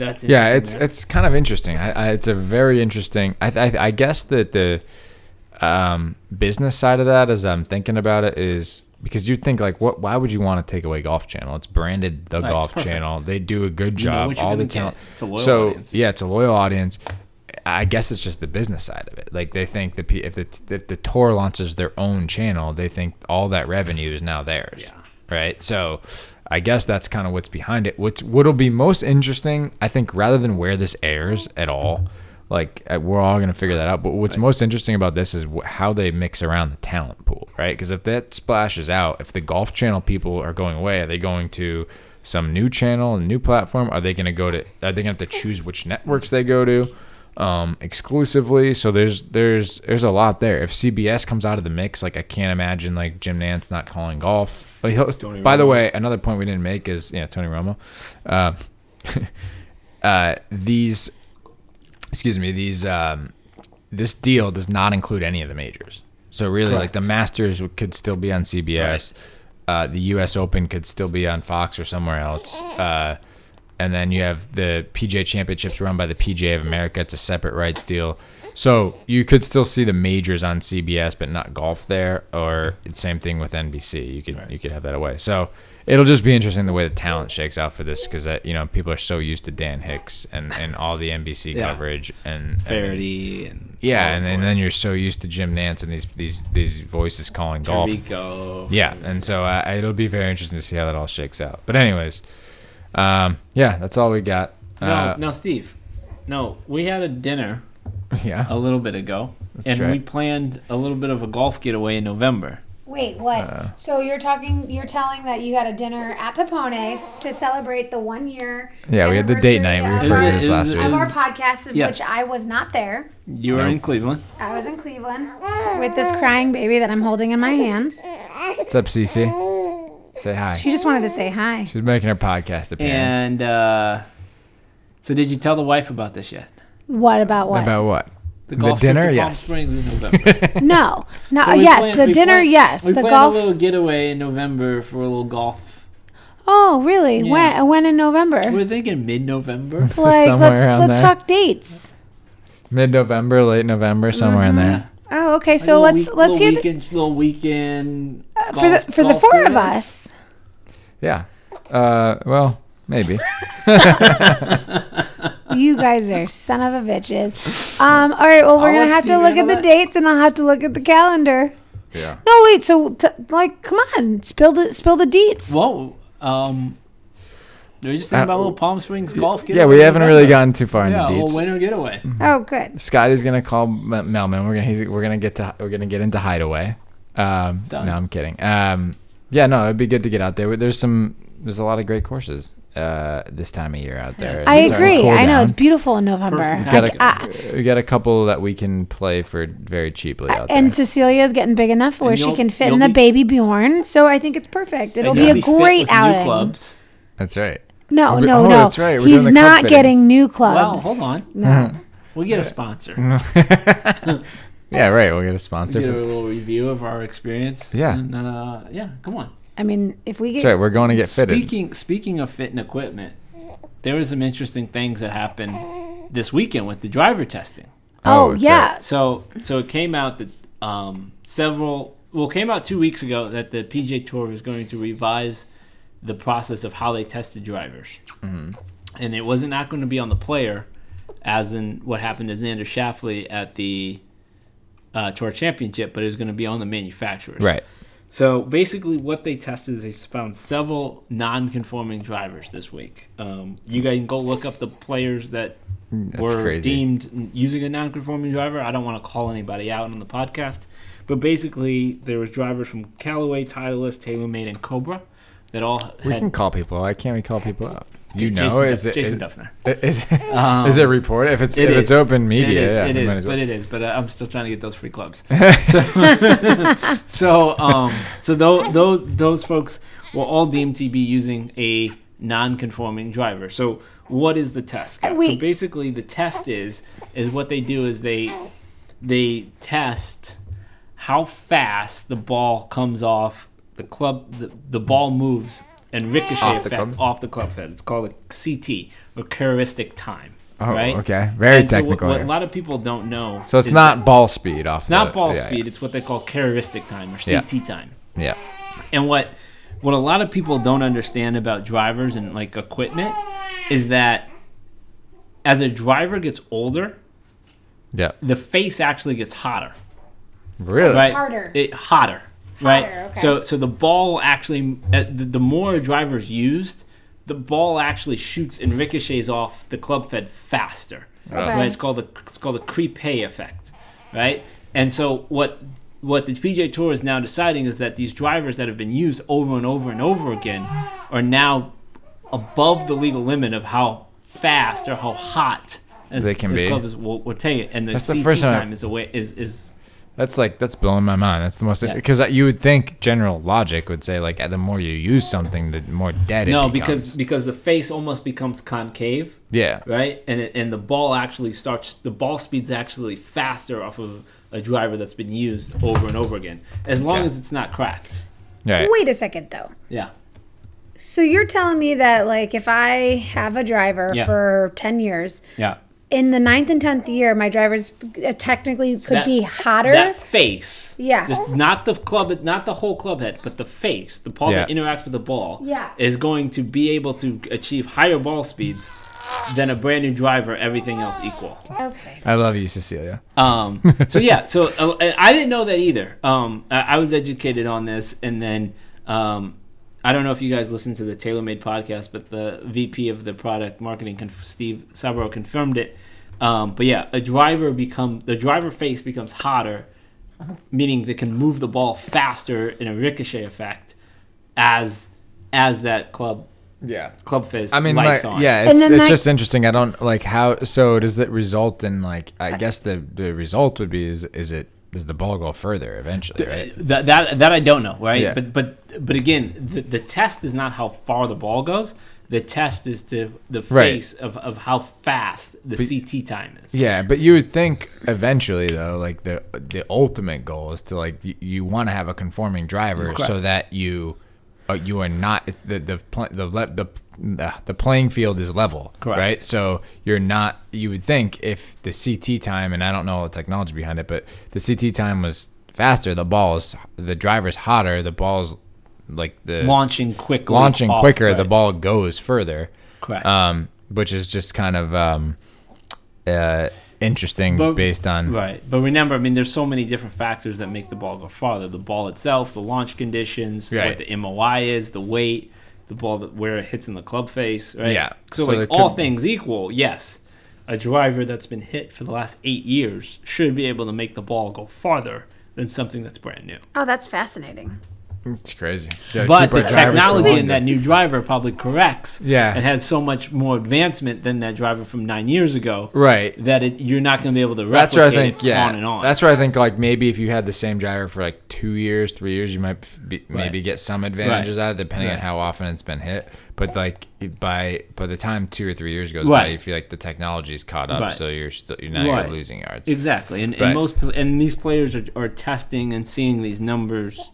Speaker 3: that's
Speaker 1: yeah,
Speaker 3: interesting
Speaker 1: it's
Speaker 3: there.
Speaker 1: it's kind of interesting. I, I it's a very interesting. I, I I guess that the um business side of that, as I'm thinking about it, is because you'd think like, what? Why would you want to take away Golf Channel? It's branded the
Speaker 3: Right, it's
Speaker 1: Golf
Speaker 3: perfect.
Speaker 1: Channel. They do a good
Speaker 3: You know
Speaker 1: job.
Speaker 3: what you're
Speaker 1: all the
Speaker 3: gonna
Speaker 1: talent.
Speaker 3: get. It's a loyal
Speaker 1: so
Speaker 3: audience.
Speaker 1: yeah, it's a loyal audience. I guess it's just the business side of it. Like they think the P- if the if the tour launches their own channel, they think all that revenue is now theirs.
Speaker 3: Yeah.
Speaker 1: Right. So I guess that's kind of what's behind it. What's what'll be most interesting, I think, rather than where this airs at all, like uh, we're all gonna figure that out. But what's most interesting about this is wh- how they mix around the talent pool, right? Because if that splashes out, if the Golf Channel people are going away, are they going to some new channel, a new platform? Are they gonna go to? Are they gonna have to choose which networks they go to? um, exclusively. So there's there's there's a lot there. If CBS comes out of the mix, like I can't imagine like Jim Nance not calling golf. But he'll,
Speaker 3: Tony
Speaker 1: by the
Speaker 3: Romo.
Speaker 1: way, another point we didn't make is yeah Tony Romo. Uh, uh, these excuse me these um, this deal does not include any of the majors. So really, like
Speaker 3: Correct.
Speaker 1: the Masters would- could still be on CBS. Uh, the U.S. Open could still be on Fox or somewhere else. Uh, and then you have the PGA Championships run by the PGA of America. It's a separate rights deal. So you could still see the majors on CBS, but not golf there. Or it's same thing with NBC. You could you could have that away. So it'll just be interesting the way the talent shakes out for this because you know people are so used to Dan Hicks and, and all the NBC
Speaker 3: Yeah.
Speaker 1: coverage and, and
Speaker 3: Faraday and
Speaker 1: yeah, and, and then
Speaker 3: Cowboys,
Speaker 1: you're so used to Jim Nance and these these these voices calling golf.
Speaker 3: Tirico.
Speaker 1: Yeah, and so uh, it'll be very interesting to see how that all shakes out. But anyways, um, yeah, that's all we got.
Speaker 3: No,
Speaker 1: uh,
Speaker 3: no, Steve. No, we had a dinner
Speaker 1: Yeah.
Speaker 3: a little bit ago, and
Speaker 1: right.
Speaker 3: we planned a little bit of a golf getaway in November.
Speaker 2: Wait, what?
Speaker 1: Uh.
Speaker 2: so you're talking, you're telling that you had a dinner at Papone to celebrate the one year.
Speaker 1: Yeah, we had the date night. We
Speaker 2: anniversary
Speaker 1: referred to
Speaker 3: Is it-
Speaker 1: this
Speaker 3: is
Speaker 1: last
Speaker 3: it-
Speaker 2: Of
Speaker 1: week.
Speaker 2: our, of our podcast, of
Speaker 3: Yes.
Speaker 2: which I was not there.
Speaker 3: You were in Cleveland.
Speaker 2: I was in Cleveland with this crying baby that I'm holding in my hands.
Speaker 1: What's up, Cece? Say hi.
Speaker 2: She just wanted to say hi.
Speaker 1: She's making her podcast appearance.
Speaker 3: And uh, so, did you tell the wife about this yet?
Speaker 2: What about what?
Speaker 1: About what?
Speaker 3: The
Speaker 1: dinner?
Speaker 3: Palm
Speaker 1: Yes.
Speaker 3: Springs in November.
Speaker 2: no, no.
Speaker 3: So we
Speaker 2: Uh, yes,
Speaker 3: plan-
Speaker 2: the
Speaker 3: we
Speaker 2: dinner.
Speaker 3: plan-
Speaker 2: yes,
Speaker 3: We
Speaker 2: the
Speaker 3: planned
Speaker 2: golf.
Speaker 3: a little getaway in November for a little golf.
Speaker 2: oh, really? When? When in November?
Speaker 3: We're thinking mid-November.
Speaker 2: like,
Speaker 1: somewhere
Speaker 2: let's
Speaker 1: around
Speaker 2: let's
Speaker 1: there.
Speaker 2: talk dates.
Speaker 1: Mid November, late November, somewhere in there.
Speaker 2: Oh, okay. So let's let's hear the, Uh,
Speaker 3: weekend, little weekend
Speaker 2: for the for the four of us.
Speaker 1: Yeah. Uh, well, maybe.
Speaker 2: You guys are son of a bitches. Um, all right. Well, we're
Speaker 3: I'll
Speaker 2: gonna
Speaker 3: let
Speaker 2: have to
Speaker 3: Steve
Speaker 2: look at
Speaker 3: handle
Speaker 2: the
Speaker 3: that.
Speaker 2: dates, and I'll have to look at the calendar.
Speaker 1: Yeah.
Speaker 2: No, wait. So, t- like, come on, spill the spill the deets.
Speaker 3: Well, um, we just thinking
Speaker 1: Uh,
Speaker 3: about a little Palm Springs golf.
Speaker 1: Yeah, we haven't really gotten too far into
Speaker 3: Yeah, a
Speaker 1: deets. Mm-hmm.
Speaker 3: little winter getaway.
Speaker 2: Oh, good.
Speaker 1: Scotty's gonna call M- Melman. We're gonna he's, we're gonna get to we're gonna get into Hideaway. Um, no,
Speaker 3: Done.
Speaker 1: I'm kidding. Um, yeah, no, it'd be good to get out there. There's some there's a lot of great courses uh, this time of year out there.
Speaker 2: I
Speaker 1: It's starting to
Speaker 2: agree.
Speaker 1: cool
Speaker 2: I know
Speaker 1: down.
Speaker 2: it's beautiful in November.
Speaker 3: perfect
Speaker 1: We've got,
Speaker 2: Like,
Speaker 1: a,
Speaker 2: ah,
Speaker 1: we got a couple that we can play for very cheaply out
Speaker 2: and
Speaker 1: there.
Speaker 2: Cecilia is getting big enough where she
Speaker 3: you'll-
Speaker 2: can fit
Speaker 3: you'll
Speaker 2: in the
Speaker 3: be-
Speaker 2: baby Bjorn, so I think it's perfect. It'll
Speaker 3: And
Speaker 2: be
Speaker 3: you'll
Speaker 2: a
Speaker 3: fit
Speaker 2: great
Speaker 3: with new
Speaker 2: outing.
Speaker 3: clubs.
Speaker 1: That's right.
Speaker 2: No,
Speaker 1: We're-
Speaker 2: no,
Speaker 1: oh,
Speaker 2: no.
Speaker 1: that's right. We're doing
Speaker 2: He's
Speaker 1: the club
Speaker 2: not
Speaker 1: fitting.
Speaker 2: getting new
Speaker 3: Wow,
Speaker 2: clubs.
Speaker 3: hold on.
Speaker 2: No.
Speaker 3: We'll get a
Speaker 1: Mm-hmm.
Speaker 3: sponsor.
Speaker 1: Yeah, right. We'll get a sponsor.
Speaker 3: Get a
Speaker 1: for-
Speaker 3: little review of our experience.
Speaker 1: Yeah.
Speaker 3: And, uh, yeah. Come on.
Speaker 2: I mean, if we get
Speaker 1: That's right. We're going to get fitted.
Speaker 3: Speaking speaking of fit and equipment, there was some interesting things that happened this weekend with the driver testing.
Speaker 2: oh,
Speaker 1: that's
Speaker 2: yeah,
Speaker 1: right.
Speaker 3: So so it came out that um, several well it came out two weeks ago that the PJ Tour was going to revise the process of how they tested drivers, and it wasn't not going to be on the player, as in what happened to Xander Shafley at the uh, Tour Championship, but it was going to be on the manufacturers.
Speaker 1: Right.
Speaker 3: So basically, what they tested is they found several non-conforming drivers this week. Um, you guys can go look up the players that were
Speaker 1: Hmm, crazy.
Speaker 3: deemed n- using a non-conforming driver. I don't want to call anybody out on the podcast, but basically, there was drivers from Callaway, Titleist, TaylorMade, and Cobra that all
Speaker 1: We
Speaker 3: had
Speaker 1: can call people. Why can't we call people out? You
Speaker 3: Jason,
Speaker 1: know,
Speaker 3: Duff-
Speaker 1: is it
Speaker 3: Jason
Speaker 1: is-
Speaker 3: Duffner.
Speaker 1: Is, is it reported? If it's if it's
Speaker 3: Um, is.
Speaker 1: open media,
Speaker 3: It is,
Speaker 1: yeah,
Speaker 3: it
Speaker 1: we might
Speaker 3: is
Speaker 1: as well.
Speaker 3: but it is. But uh, I'm still trying to get those free clubs. so, so, um, so though, though, those folks were all deemed to be using a non-conforming driver. So, what is the test? Scott? So
Speaker 2: wait.
Speaker 3: basically, the test is is what they do is they they test how fast the ball comes off the club the, the ball moves and ricochet
Speaker 1: Off the
Speaker 3: effect
Speaker 1: club?
Speaker 3: off the club fed. It's called a CT or heuristic time.
Speaker 1: Oh,
Speaker 3: right?
Speaker 1: okay. Very
Speaker 3: And so what-
Speaker 1: technical
Speaker 3: what,
Speaker 1: here.
Speaker 3: a lot of people don't know.
Speaker 1: So it's
Speaker 3: is
Speaker 1: not
Speaker 3: that-
Speaker 1: ball speed off.
Speaker 3: it's not ball speed. It's what they call heuristic time or
Speaker 1: Yeah.
Speaker 3: CT time.
Speaker 1: Yeah.
Speaker 3: And what what a lot of people don't understand about drivers and like equipment is that as a driver gets older,
Speaker 1: Yeah.
Speaker 3: the face actually gets hotter.
Speaker 1: Really?
Speaker 3: right?
Speaker 2: harder.
Speaker 3: It hotter, right?
Speaker 2: okay.
Speaker 3: So so the ball actually, uh, the, the more a driver's used, the ball actually shoots and ricochets off the club fed faster. Right? It's called the it's called the crepe effect, right? And so what what the PJ Tour is now deciding is that these drivers that have been used over and over and over again are now above the legal limit of how fast or how hot as,
Speaker 1: They can
Speaker 3: as
Speaker 1: be.
Speaker 3: club is, will, will take it, and the
Speaker 1: That's the
Speaker 3: CT
Speaker 1: first time I-
Speaker 3: time is away is is
Speaker 1: That's like that's blowing my mind. That's the most
Speaker 3: Yeah.
Speaker 1: because you would think general logic would say like the more you use something, the more dead it
Speaker 3: no
Speaker 1: becomes.
Speaker 3: because because the face almost becomes concave
Speaker 1: yeah,
Speaker 3: right and it, and the ball actually starts the ball speed's actually faster off of a driver that's been used over and over again as long
Speaker 1: Okay.
Speaker 3: as it's not cracked
Speaker 1: right.
Speaker 2: Wait a second, though.
Speaker 3: yeah
Speaker 2: So you're telling me that, like, if I have a driver
Speaker 3: Yeah.
Speaker 2: for ten years,
Speaker 3: yeah
Speaker 2: in the ninth and tenth year, my drivers uh, technically could
Speaker 3: that-
Speaker 2: be hotter.
Speaker 3: that face
Speaker 2: Yeah.
Speaker 3: just not the club not the whole club head but the face the ball that
Speaker 1: Yeah.
Speaker 3: interacts with the ball
Speaker 2: Yeah.
Speaker 3: is going to be able to achieve higher ball speeds than a brand new driver everything else equal
Speaker 2: okay.
Speaker 1: I love you, Cecilia.
Speaker 3: Um, so yeah, so uh, and I didn't know that either. Um, I, I was educated on this, and then um, I don't know if you guys listened to the TaylorMade podcast, but the VP of the product marketing, conf- Steve Sabro, confirmed it. Um, but yeah, a driver become the driver face becomes hotter meaning they can move the ball faster in a ricochet effect as as that club
Speaker 1: Yeah.
Speaker 3: club fist
Speaker 1: I mean,
Speaker 3: lights
Speaker 1: like,
Speaker 3: on.
Speaker 1: yeah,
Speaker 2: And
Speaker 1: it's,
Speaker 2: then
Speaker 1: it's
Speaker 2: that-
Speaker 1: just interesting. I don't like how. So does that result in like? I guess the the result would be is is it does the ball go further eventually? Right.
Speaker 3: That, that that I don't know, right?
Speaker 1: Yeah.
Speaker 3: But but but again, the, the test is not how far the ball goes. The test is to the
Speaker 1: Right.
Speaker 3: face of, of how fast the CT time is.
Speaker 1: Yeah, but you would think eventually though, like the the ultimate goal is to like you, you want to have a conforming driver so
Speaker 3: Correct.
Speaker 1: that you uh, you are not the the pl- the le- the uh, the playing field is level,
Speaker 3: Correct.
Speaker 1: right? So you're not. You would think if the CT time, and I don't know all the technology behind it, but the CT time was faster. The ball's the driver's hotter. The ball's like the
Speaker 3: Launching quickly.
Speaker 1: launching
Speaker 3: off,
Speaker 1: quicker. The
Speaker 3: right.
Speaker 1: ball goes further
Speaker 3: Correct.
Speaker 1: um, which is just kind of um, uh, interesting
Speaker 3: But-
Speaker 1: based on
Speaker 3: Right. But remember, I mean, there's so many different factors that make the ball go farther. The ball itself, the launch conditions,
Speaker 1: Right.
Speaker 3: what the MOI is, the weight, the ball that, where it hits in the club face, right?
Speaker 1: Yeah.
Speaker 3: So,
Speaker 1: So there
Speaker 3: like, all
Speaker 1: could-
Speaker 3: things equal, yes, a driver that's been hit for the last eight years should be able to make the ball go farther than something that's brand new.
Speaker 2: Oh, that's fascinating.
Speaker 1: it's crazy. Yeah,
Speaker 3: But
Speaker 1: keep our
Speaker 3: the
Speaker 1: drivers for
Speaker 3: technology in
Speaker 1: longer.
Speaker 3: that new driver probably corrects
Speaker 1: Yeah.
Speaker 3: and has so much more advancement than that driver from nine years ago
Speaker 1: right.
Speaker 3: that it, you're not going to be able to replicate
Speaker 1: That's where I think
Speaker 3: it
Speaker 1: yeah.
Speaker 3: on and on.
Speaker 1: That's where I think like maybe if you had the same driver for like two years, three years, you might be, maybe get some advantages out of it depending on
Speaker 3: Right.
Speaker 1: how often it's been hit. But like by by the time two or three years goes by,
Speaker 3: Right.
Speaker 1: you feel like the technology's caught up,
Speaker 3: Right.
Speaker 1: so you're still you're now
Speaker 3: Right.
Speaker 1: you're losing yards.
Speaker 3: Exactly, and,
Speaker 1: Right.
Speaker 3: and most pl- and these players are, are testing and seeing these numbers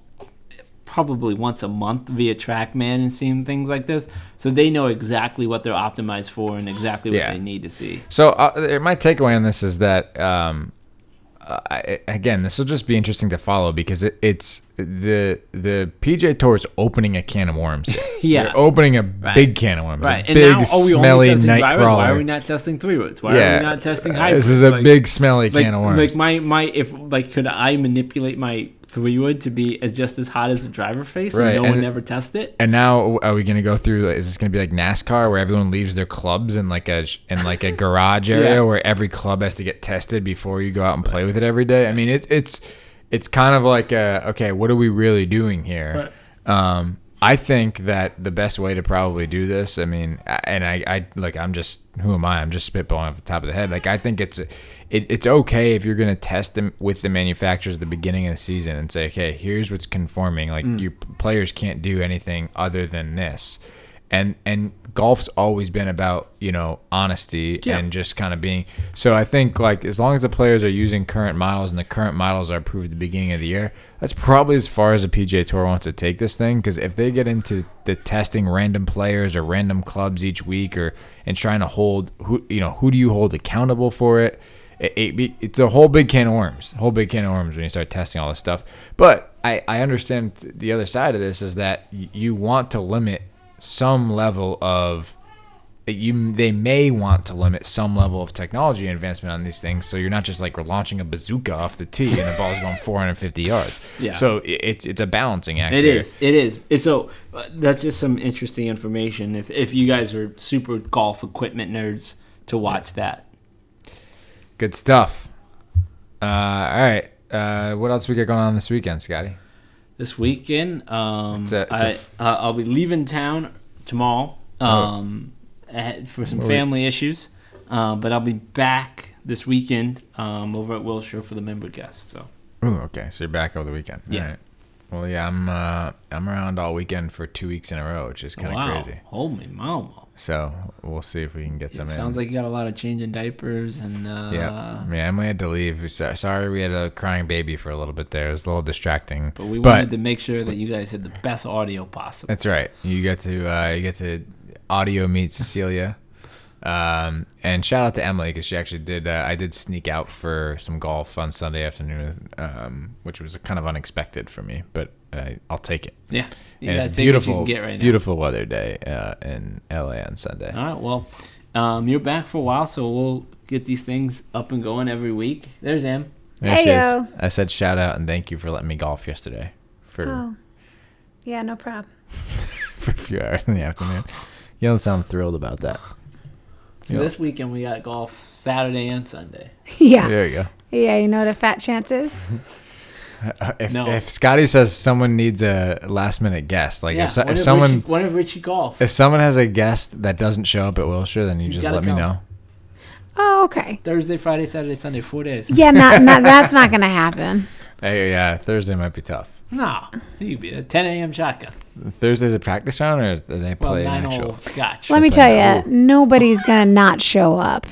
Speaker 3: probably once a month via TrackMan and seeing things like this, so they know exactly what they're optimized for and exactly what
Speaker 1: Yeah.
Speaker 3: they need to see.
Speaker 1: So uh, my takeaway on this is that um, I, again, this will just be interesting to follow because it, it's the the PJ Tour is opening a can of worms.
Speaker 3: Yeah.
Speaker 1: They're opening a big can of worms.
Speaker 3: Right,
Speaker 1: a
Speaker 3: and
Speaker 1: big
Speaker 3: now are we only
Speaker 1: smelly
Speaker 3: testing
Speaker 1: night
Speaker 3: drivers?
Speaker 1: crawler.
Speaker 3: Why are we not testing three roads? Why
Speaker 1: yeah,
Speaker 3: are we not testing
Speaker 1: uh,
Speaker 3: hybrids?
Speaker 1: This is a
Speaker 3: Like-
Speaker 1: big smelly
Speaker 3: like,
Speaker 1: can of worms.
Speaker 3: Like my my if like could I manipulate my three wood to be as just as hot as the driver face
Speaker 1: Right,
Speaker 3: and no
Speaker 1: and-
Speaker 3: one ever test it?
Speaker 1: and now are we going to go through is this going to be like NASCAR where everyone leaves their clubs in like a in like a garage area
Speaker 3: Yeah.
Speaker 1: where every club has to get tested before you go out and play with it every day? I mean, it, it's it's kind of like a, okay, what are we really doing here? Um I think that the best way to probably do this, I mean, I- and I, I like I'm just who am I? I'm just spitballing off the top of the head. Like I think it's it, it's okay if you're going to test them with the manufacturers at the beginning of the season and say, okay, here's what's conforming. Like your players can't do anything other than this. And and golf's always been about you know honesty
Speaker 3: Yeah.
Speaker 1: and just kind of being. So I think like as long as the players are using current models and the current models are approved at the beginning of the year, that's probably as far as the PGA Tour wants to take this thing. Because if they get into the testing random players or random clubs each week or and trying to hold who you know who do you hold accountable for it it, it be, it's a whole big can of worms whole big can of worms when you start testing all this stuff but i i understand the other side of this is that y- you want to limit some level of you they may want to limit some level of technology advancement on these things so you're not just like launching a bazooka off the tee and the ball's going 450 yards
Speaker 3: Yeah.
Speaker 1: so it, it's it's a balancing act
Speaker 3: It
Speaker 1: here.
Speaker 3: is. It is. And so uh, that's just some interesting information. If if you guys are super golf equipment nerds, to watch that.
Speaker 1: good stuff uh all right uh what else we got going on this weekend scotty
Speaker 3: This weekend, um,
Speaker 1: a- it's a
Speaker 3: I,
Speaker 1: f- Oh.
Speaker 3: uh, I'll be leaving town tomorrow um, ahead for some family issues, uh, but I'll be back this weekend um, over at Wilshire for the member guest. So
Speaker 1: Ooh, okay. So you're back over the weekend.
Speaker 3: Yeah.
Speaker 1: Alright. Well, yeah, I'm uh, I'm around all weekend for two weeks in a row, which is kind of
Speaker 3: wow,
Speaker 1: crazy.
Speaker 3: holy mama!
Speaker 1: So we'll see if we can get some in.
Speaker 3: Sounds like you got a lot of changing diapers and uh,
Speaker 1: Yep. yeah, Emily had to leave. We're so- Sorry, we had a crying baby for a little bit there. It was a little distracting.
Speaker 3: But we wanted to make sure that you guys had the best audio possible.
Speaker 1: That's right. You get to uh, you get to audio meet Cecilia, um, and shout out to Emily because she actually did. Uh, I did sneak out for some golf on Sunday afternoon, um, which was kind of unexpected for me, but uh, I'll take it.
Speaker 3: Yeah, you
Speaker 1: and
Speaker 3: gotta
Speaker 1: it's
Speaker 3: take what you
Speaker 1: beautiful,
Speaker 3: can get right now.
Speaker 1: beautiful weather day uh, in LA on Sunday.
Speaker 3: All right. Well, um, you're back for a while, so we'll get these things up and going every week. There's Em.
Speaker 1: There she
Speaker 2: Heyo.
Speaker 1: is. I said shout out and thank you for letting me golf yesterday for,
Speaker 2: Oh, yeah, no problem.
Speaker 1: for a few hours in the afternoon. You don't sound thrilled about that.
Speaker 3: So
Speaker 1: Yeah.
Speaker 3: this weekend we got golf Saturday and Sunday.
Speaker 2: yeah.
Speaker 1: There you go.
Speaker 2: Yeah, you know what a fat chance is?
Speaker 1: Uh, If,
Speaker 3: No.
Speaker 1: if Scotty says someone needs a last minute guest, like
Speaker 3: yeah.
Speaker 1: if, so,
Speaker 3: what
Speaker 1: if someone
Speaker 3: Richie, what if Richie calls?
Speaker 1: if someone has a guest that doesn't show up at Wilshire, then you just
Speaker 3: gotta
Speaker 1: let me
Speaker 3: come.
Speaker 1: know.
Speaker 2: Oh, okay.
Speaker 3: Thursday, Friday, Saturday, Sunday, four days.
Speaker 2: Yeah, not, not that's not gonna happen.
Speaker 1: Hey, yeah, Thursday might be tough.
Speaker 3: No, he'd be a 10 a.m. shotgun.
Speaker 1: Thursday's a practice round, or do they
Speaker 3: Well,
Speaker 1: play an
Speaker 3: nine
Speaker 1: actual?
Speaker 3: hole scotch.
Speaker 2: Let me
Speaker 1: play
Speaker 2: tell you, nobody's gonna not show up.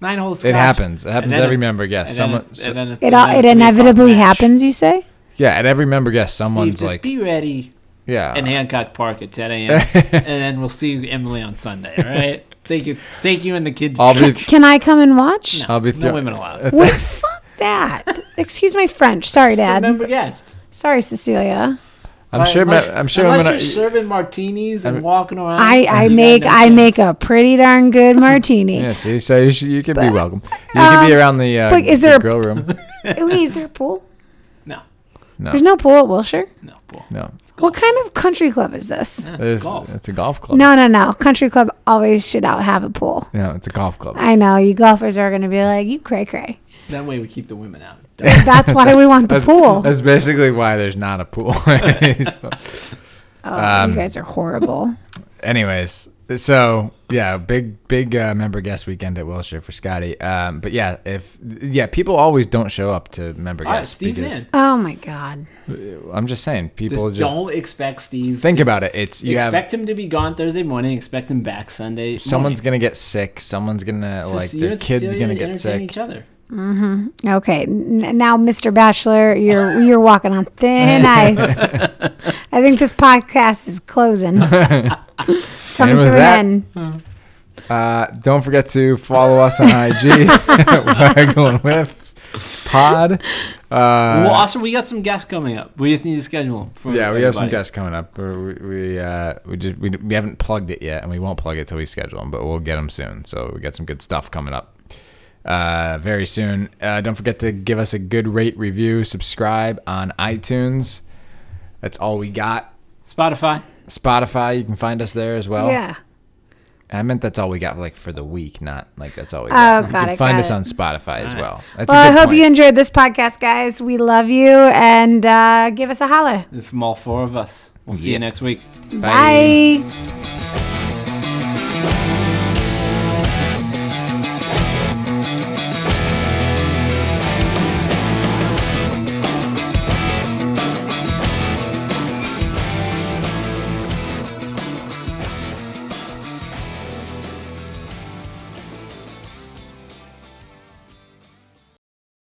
Speaker 3: nine hole scotch.
Speaker 1: It happens. It happens
Speaker 3: then
Speaker 1: every
Speaker 3: a-
Speaker 1: member guest.
Speaker 3: And then,
Speaker 1: Someone,
Speaker 3: a-
Speaker 1: so-
Speaker 3: and then a-
Speaker 2: It
Speaker 3: and
Speaker 2: all,
Speaker 3: then a
Speaker 2: it
Speaker 3: three-part
Speaker 2: inevitably
Speaker 3: match.
Speaker 2: happens. You say?
Speaker 1: yeah, at every member guest,
Speaker 3: Steve,
Speaker 1: someone's
Speaker 3: just
Speaker 1: like,
Speaker 3: be ready
Speaker 1: yeah,
Speaker 3: in Hancock Park at 10 a.m. and then we'll see Emily on Sunday. All right, take you, take you and the kids.
Speaker 1: I'll be,
Speaker 2: Can I come and watch?
Speaker 3: No,
Speaker 1: I'll be
Speaker 3: no
Speaker 1: throw-
Speaker 3: women allowed.
Speaker 2: Wait, fuck that. Excuse my French. Sorry,
Speaker 3: It's a
Speaker 2: Dad.
Speaker 3: member guest.
Speaker 2: Sorry, Cecilia.
Speaker 1: I'm sure,
Speaker 3: Unless-
Speaker 1: ma- I'm sure, I'm
Speaker 3: Unless
Speaker 1: gonna,
Speaker 3: you're serving martinis and walking
Speaker 1: Oh,
Speaker 3: around.
Speaker 2: I, I
Speaker 3: you got
Speaker 2: make
Speaker 3: no
Speaker 2: I
Speaker 3: chance.
Speaker 2: make a pretty darn good martini.
Speaker 1: yeah, see, so you, should, you could be welcome. You
Speaker 3: um,
Speaker 1: could be around the, uh,
Speaker 2: but is
Speaker 1: the
Speaker 2: there a-
Speaker 1: grill room.
Speaker 2: Oh, Wait, is there a pool?
Speaker 3: No,
Speaker 2: There's no pool at Wilshire.
Speaker 3: no, Paul.
Speaker 1: No,
Speaker 2: What kind of country club is this?
Speaker 3: That's
Speaker 1: it's,
Speaker 3: golf.
Speaker 1: it's a golf club.
Speaker 2: No, no, no. Country club always should out have a pool.
Speaker 1: No, it's a golf club.
Speaker 2: I know you golfers are gonna be like you cray cray.
Speaker 3: That way we keep the women out.
Speaker 2: That's why we want the pool.
Speaker 1: That's basically why there's not a pool.
Speaker 2: Oh,
Speaker 1: Um,
Speaker 2: you guys are horrible.
Speaker 1: Anyways, so yeah, big big uh, member guest weekend at Wilshire for Scotty. Um, but yeah, if yeah, people always don't show up to member
Speaker 3: All right,
Speaker 1: guests.
Speaker 3: Steve
Speaker 1: because-
Speaker 3: in.
Speaker 2: Oh my god.
Speaker 1: I'm just saying,
Speaker 3: Just
Speaker 1: people just,
Speaker 3: don't expect Steve.
Speaker 1: think about it. It's you have
Speaker 3: expect him to be gone Thursday morning. Expect him back Sunday.
Speaker 1: someone's
Speaker 3: morning.
Speaker 1: gonna get sick. Someone's gonna
Speaker 3: It's
Speaker 1: like
Speaker 3: just-
Speaker 1: their
Speaker 3: you're-
Speaker 1: kids
Speaker 3: you're
Speaker 1: gonna get sick.
Speaker 3: entertaining Each other.
Speaker 2: Okay, n- now Mr. Bachelor, you're you're walking on thin ice. I think this podcast is closing. it's
Speaker 1: And
Speaker 2: coming
Speaker 1: with
Speaker 2: to an
Speaker 1: that-
Speaker 2: end.
Speaker 1: Uh, don't forget to follow us on IG. Waggling with Pod. Uh,
Speaker 3: well, also we got some guests coming up. We just need to schedule them. For
Speaker 1: Yeah, we have some
Speaker 3: everybody.
Speaker 1: guests coming up. We we uh, we, just, we we haven't plugged it yet, and we won't plug it till we schedule them, but we'll get them soon. So we got some good stuff coming up uh, very soon. Uh, don't forget to give us a good rate, review, subscribe on iTunes. That's all we got.
Speaker 3: Spotify.
Speaker 1: Spotify, you can find us there as well.
Speaker 2: yeah.
Speaker 1: I meant that's all we got like for the week, not like that's all we
Speaker 2: Oh,
Speaker 1: got. you
Speaker 2: got
Speaker 1: can
Speaker 2: it,
Speaker 1: find
Speaker 2: got
Speaker 1: us
Speaker 2: it.
Speaker 1: on Spotify as well. That's
Speaker 2: Well, I hope you
Speaker 1: point.
Speaker 2: enjoyed this podcast, guys. We love you, and uh, give us a holler.
Speaker 3: From all four of us. We'll see
Speaker 1: Yeah.
Speaker 3: you next week.
Speaker 1: Bye.
Speaker 2: Bye.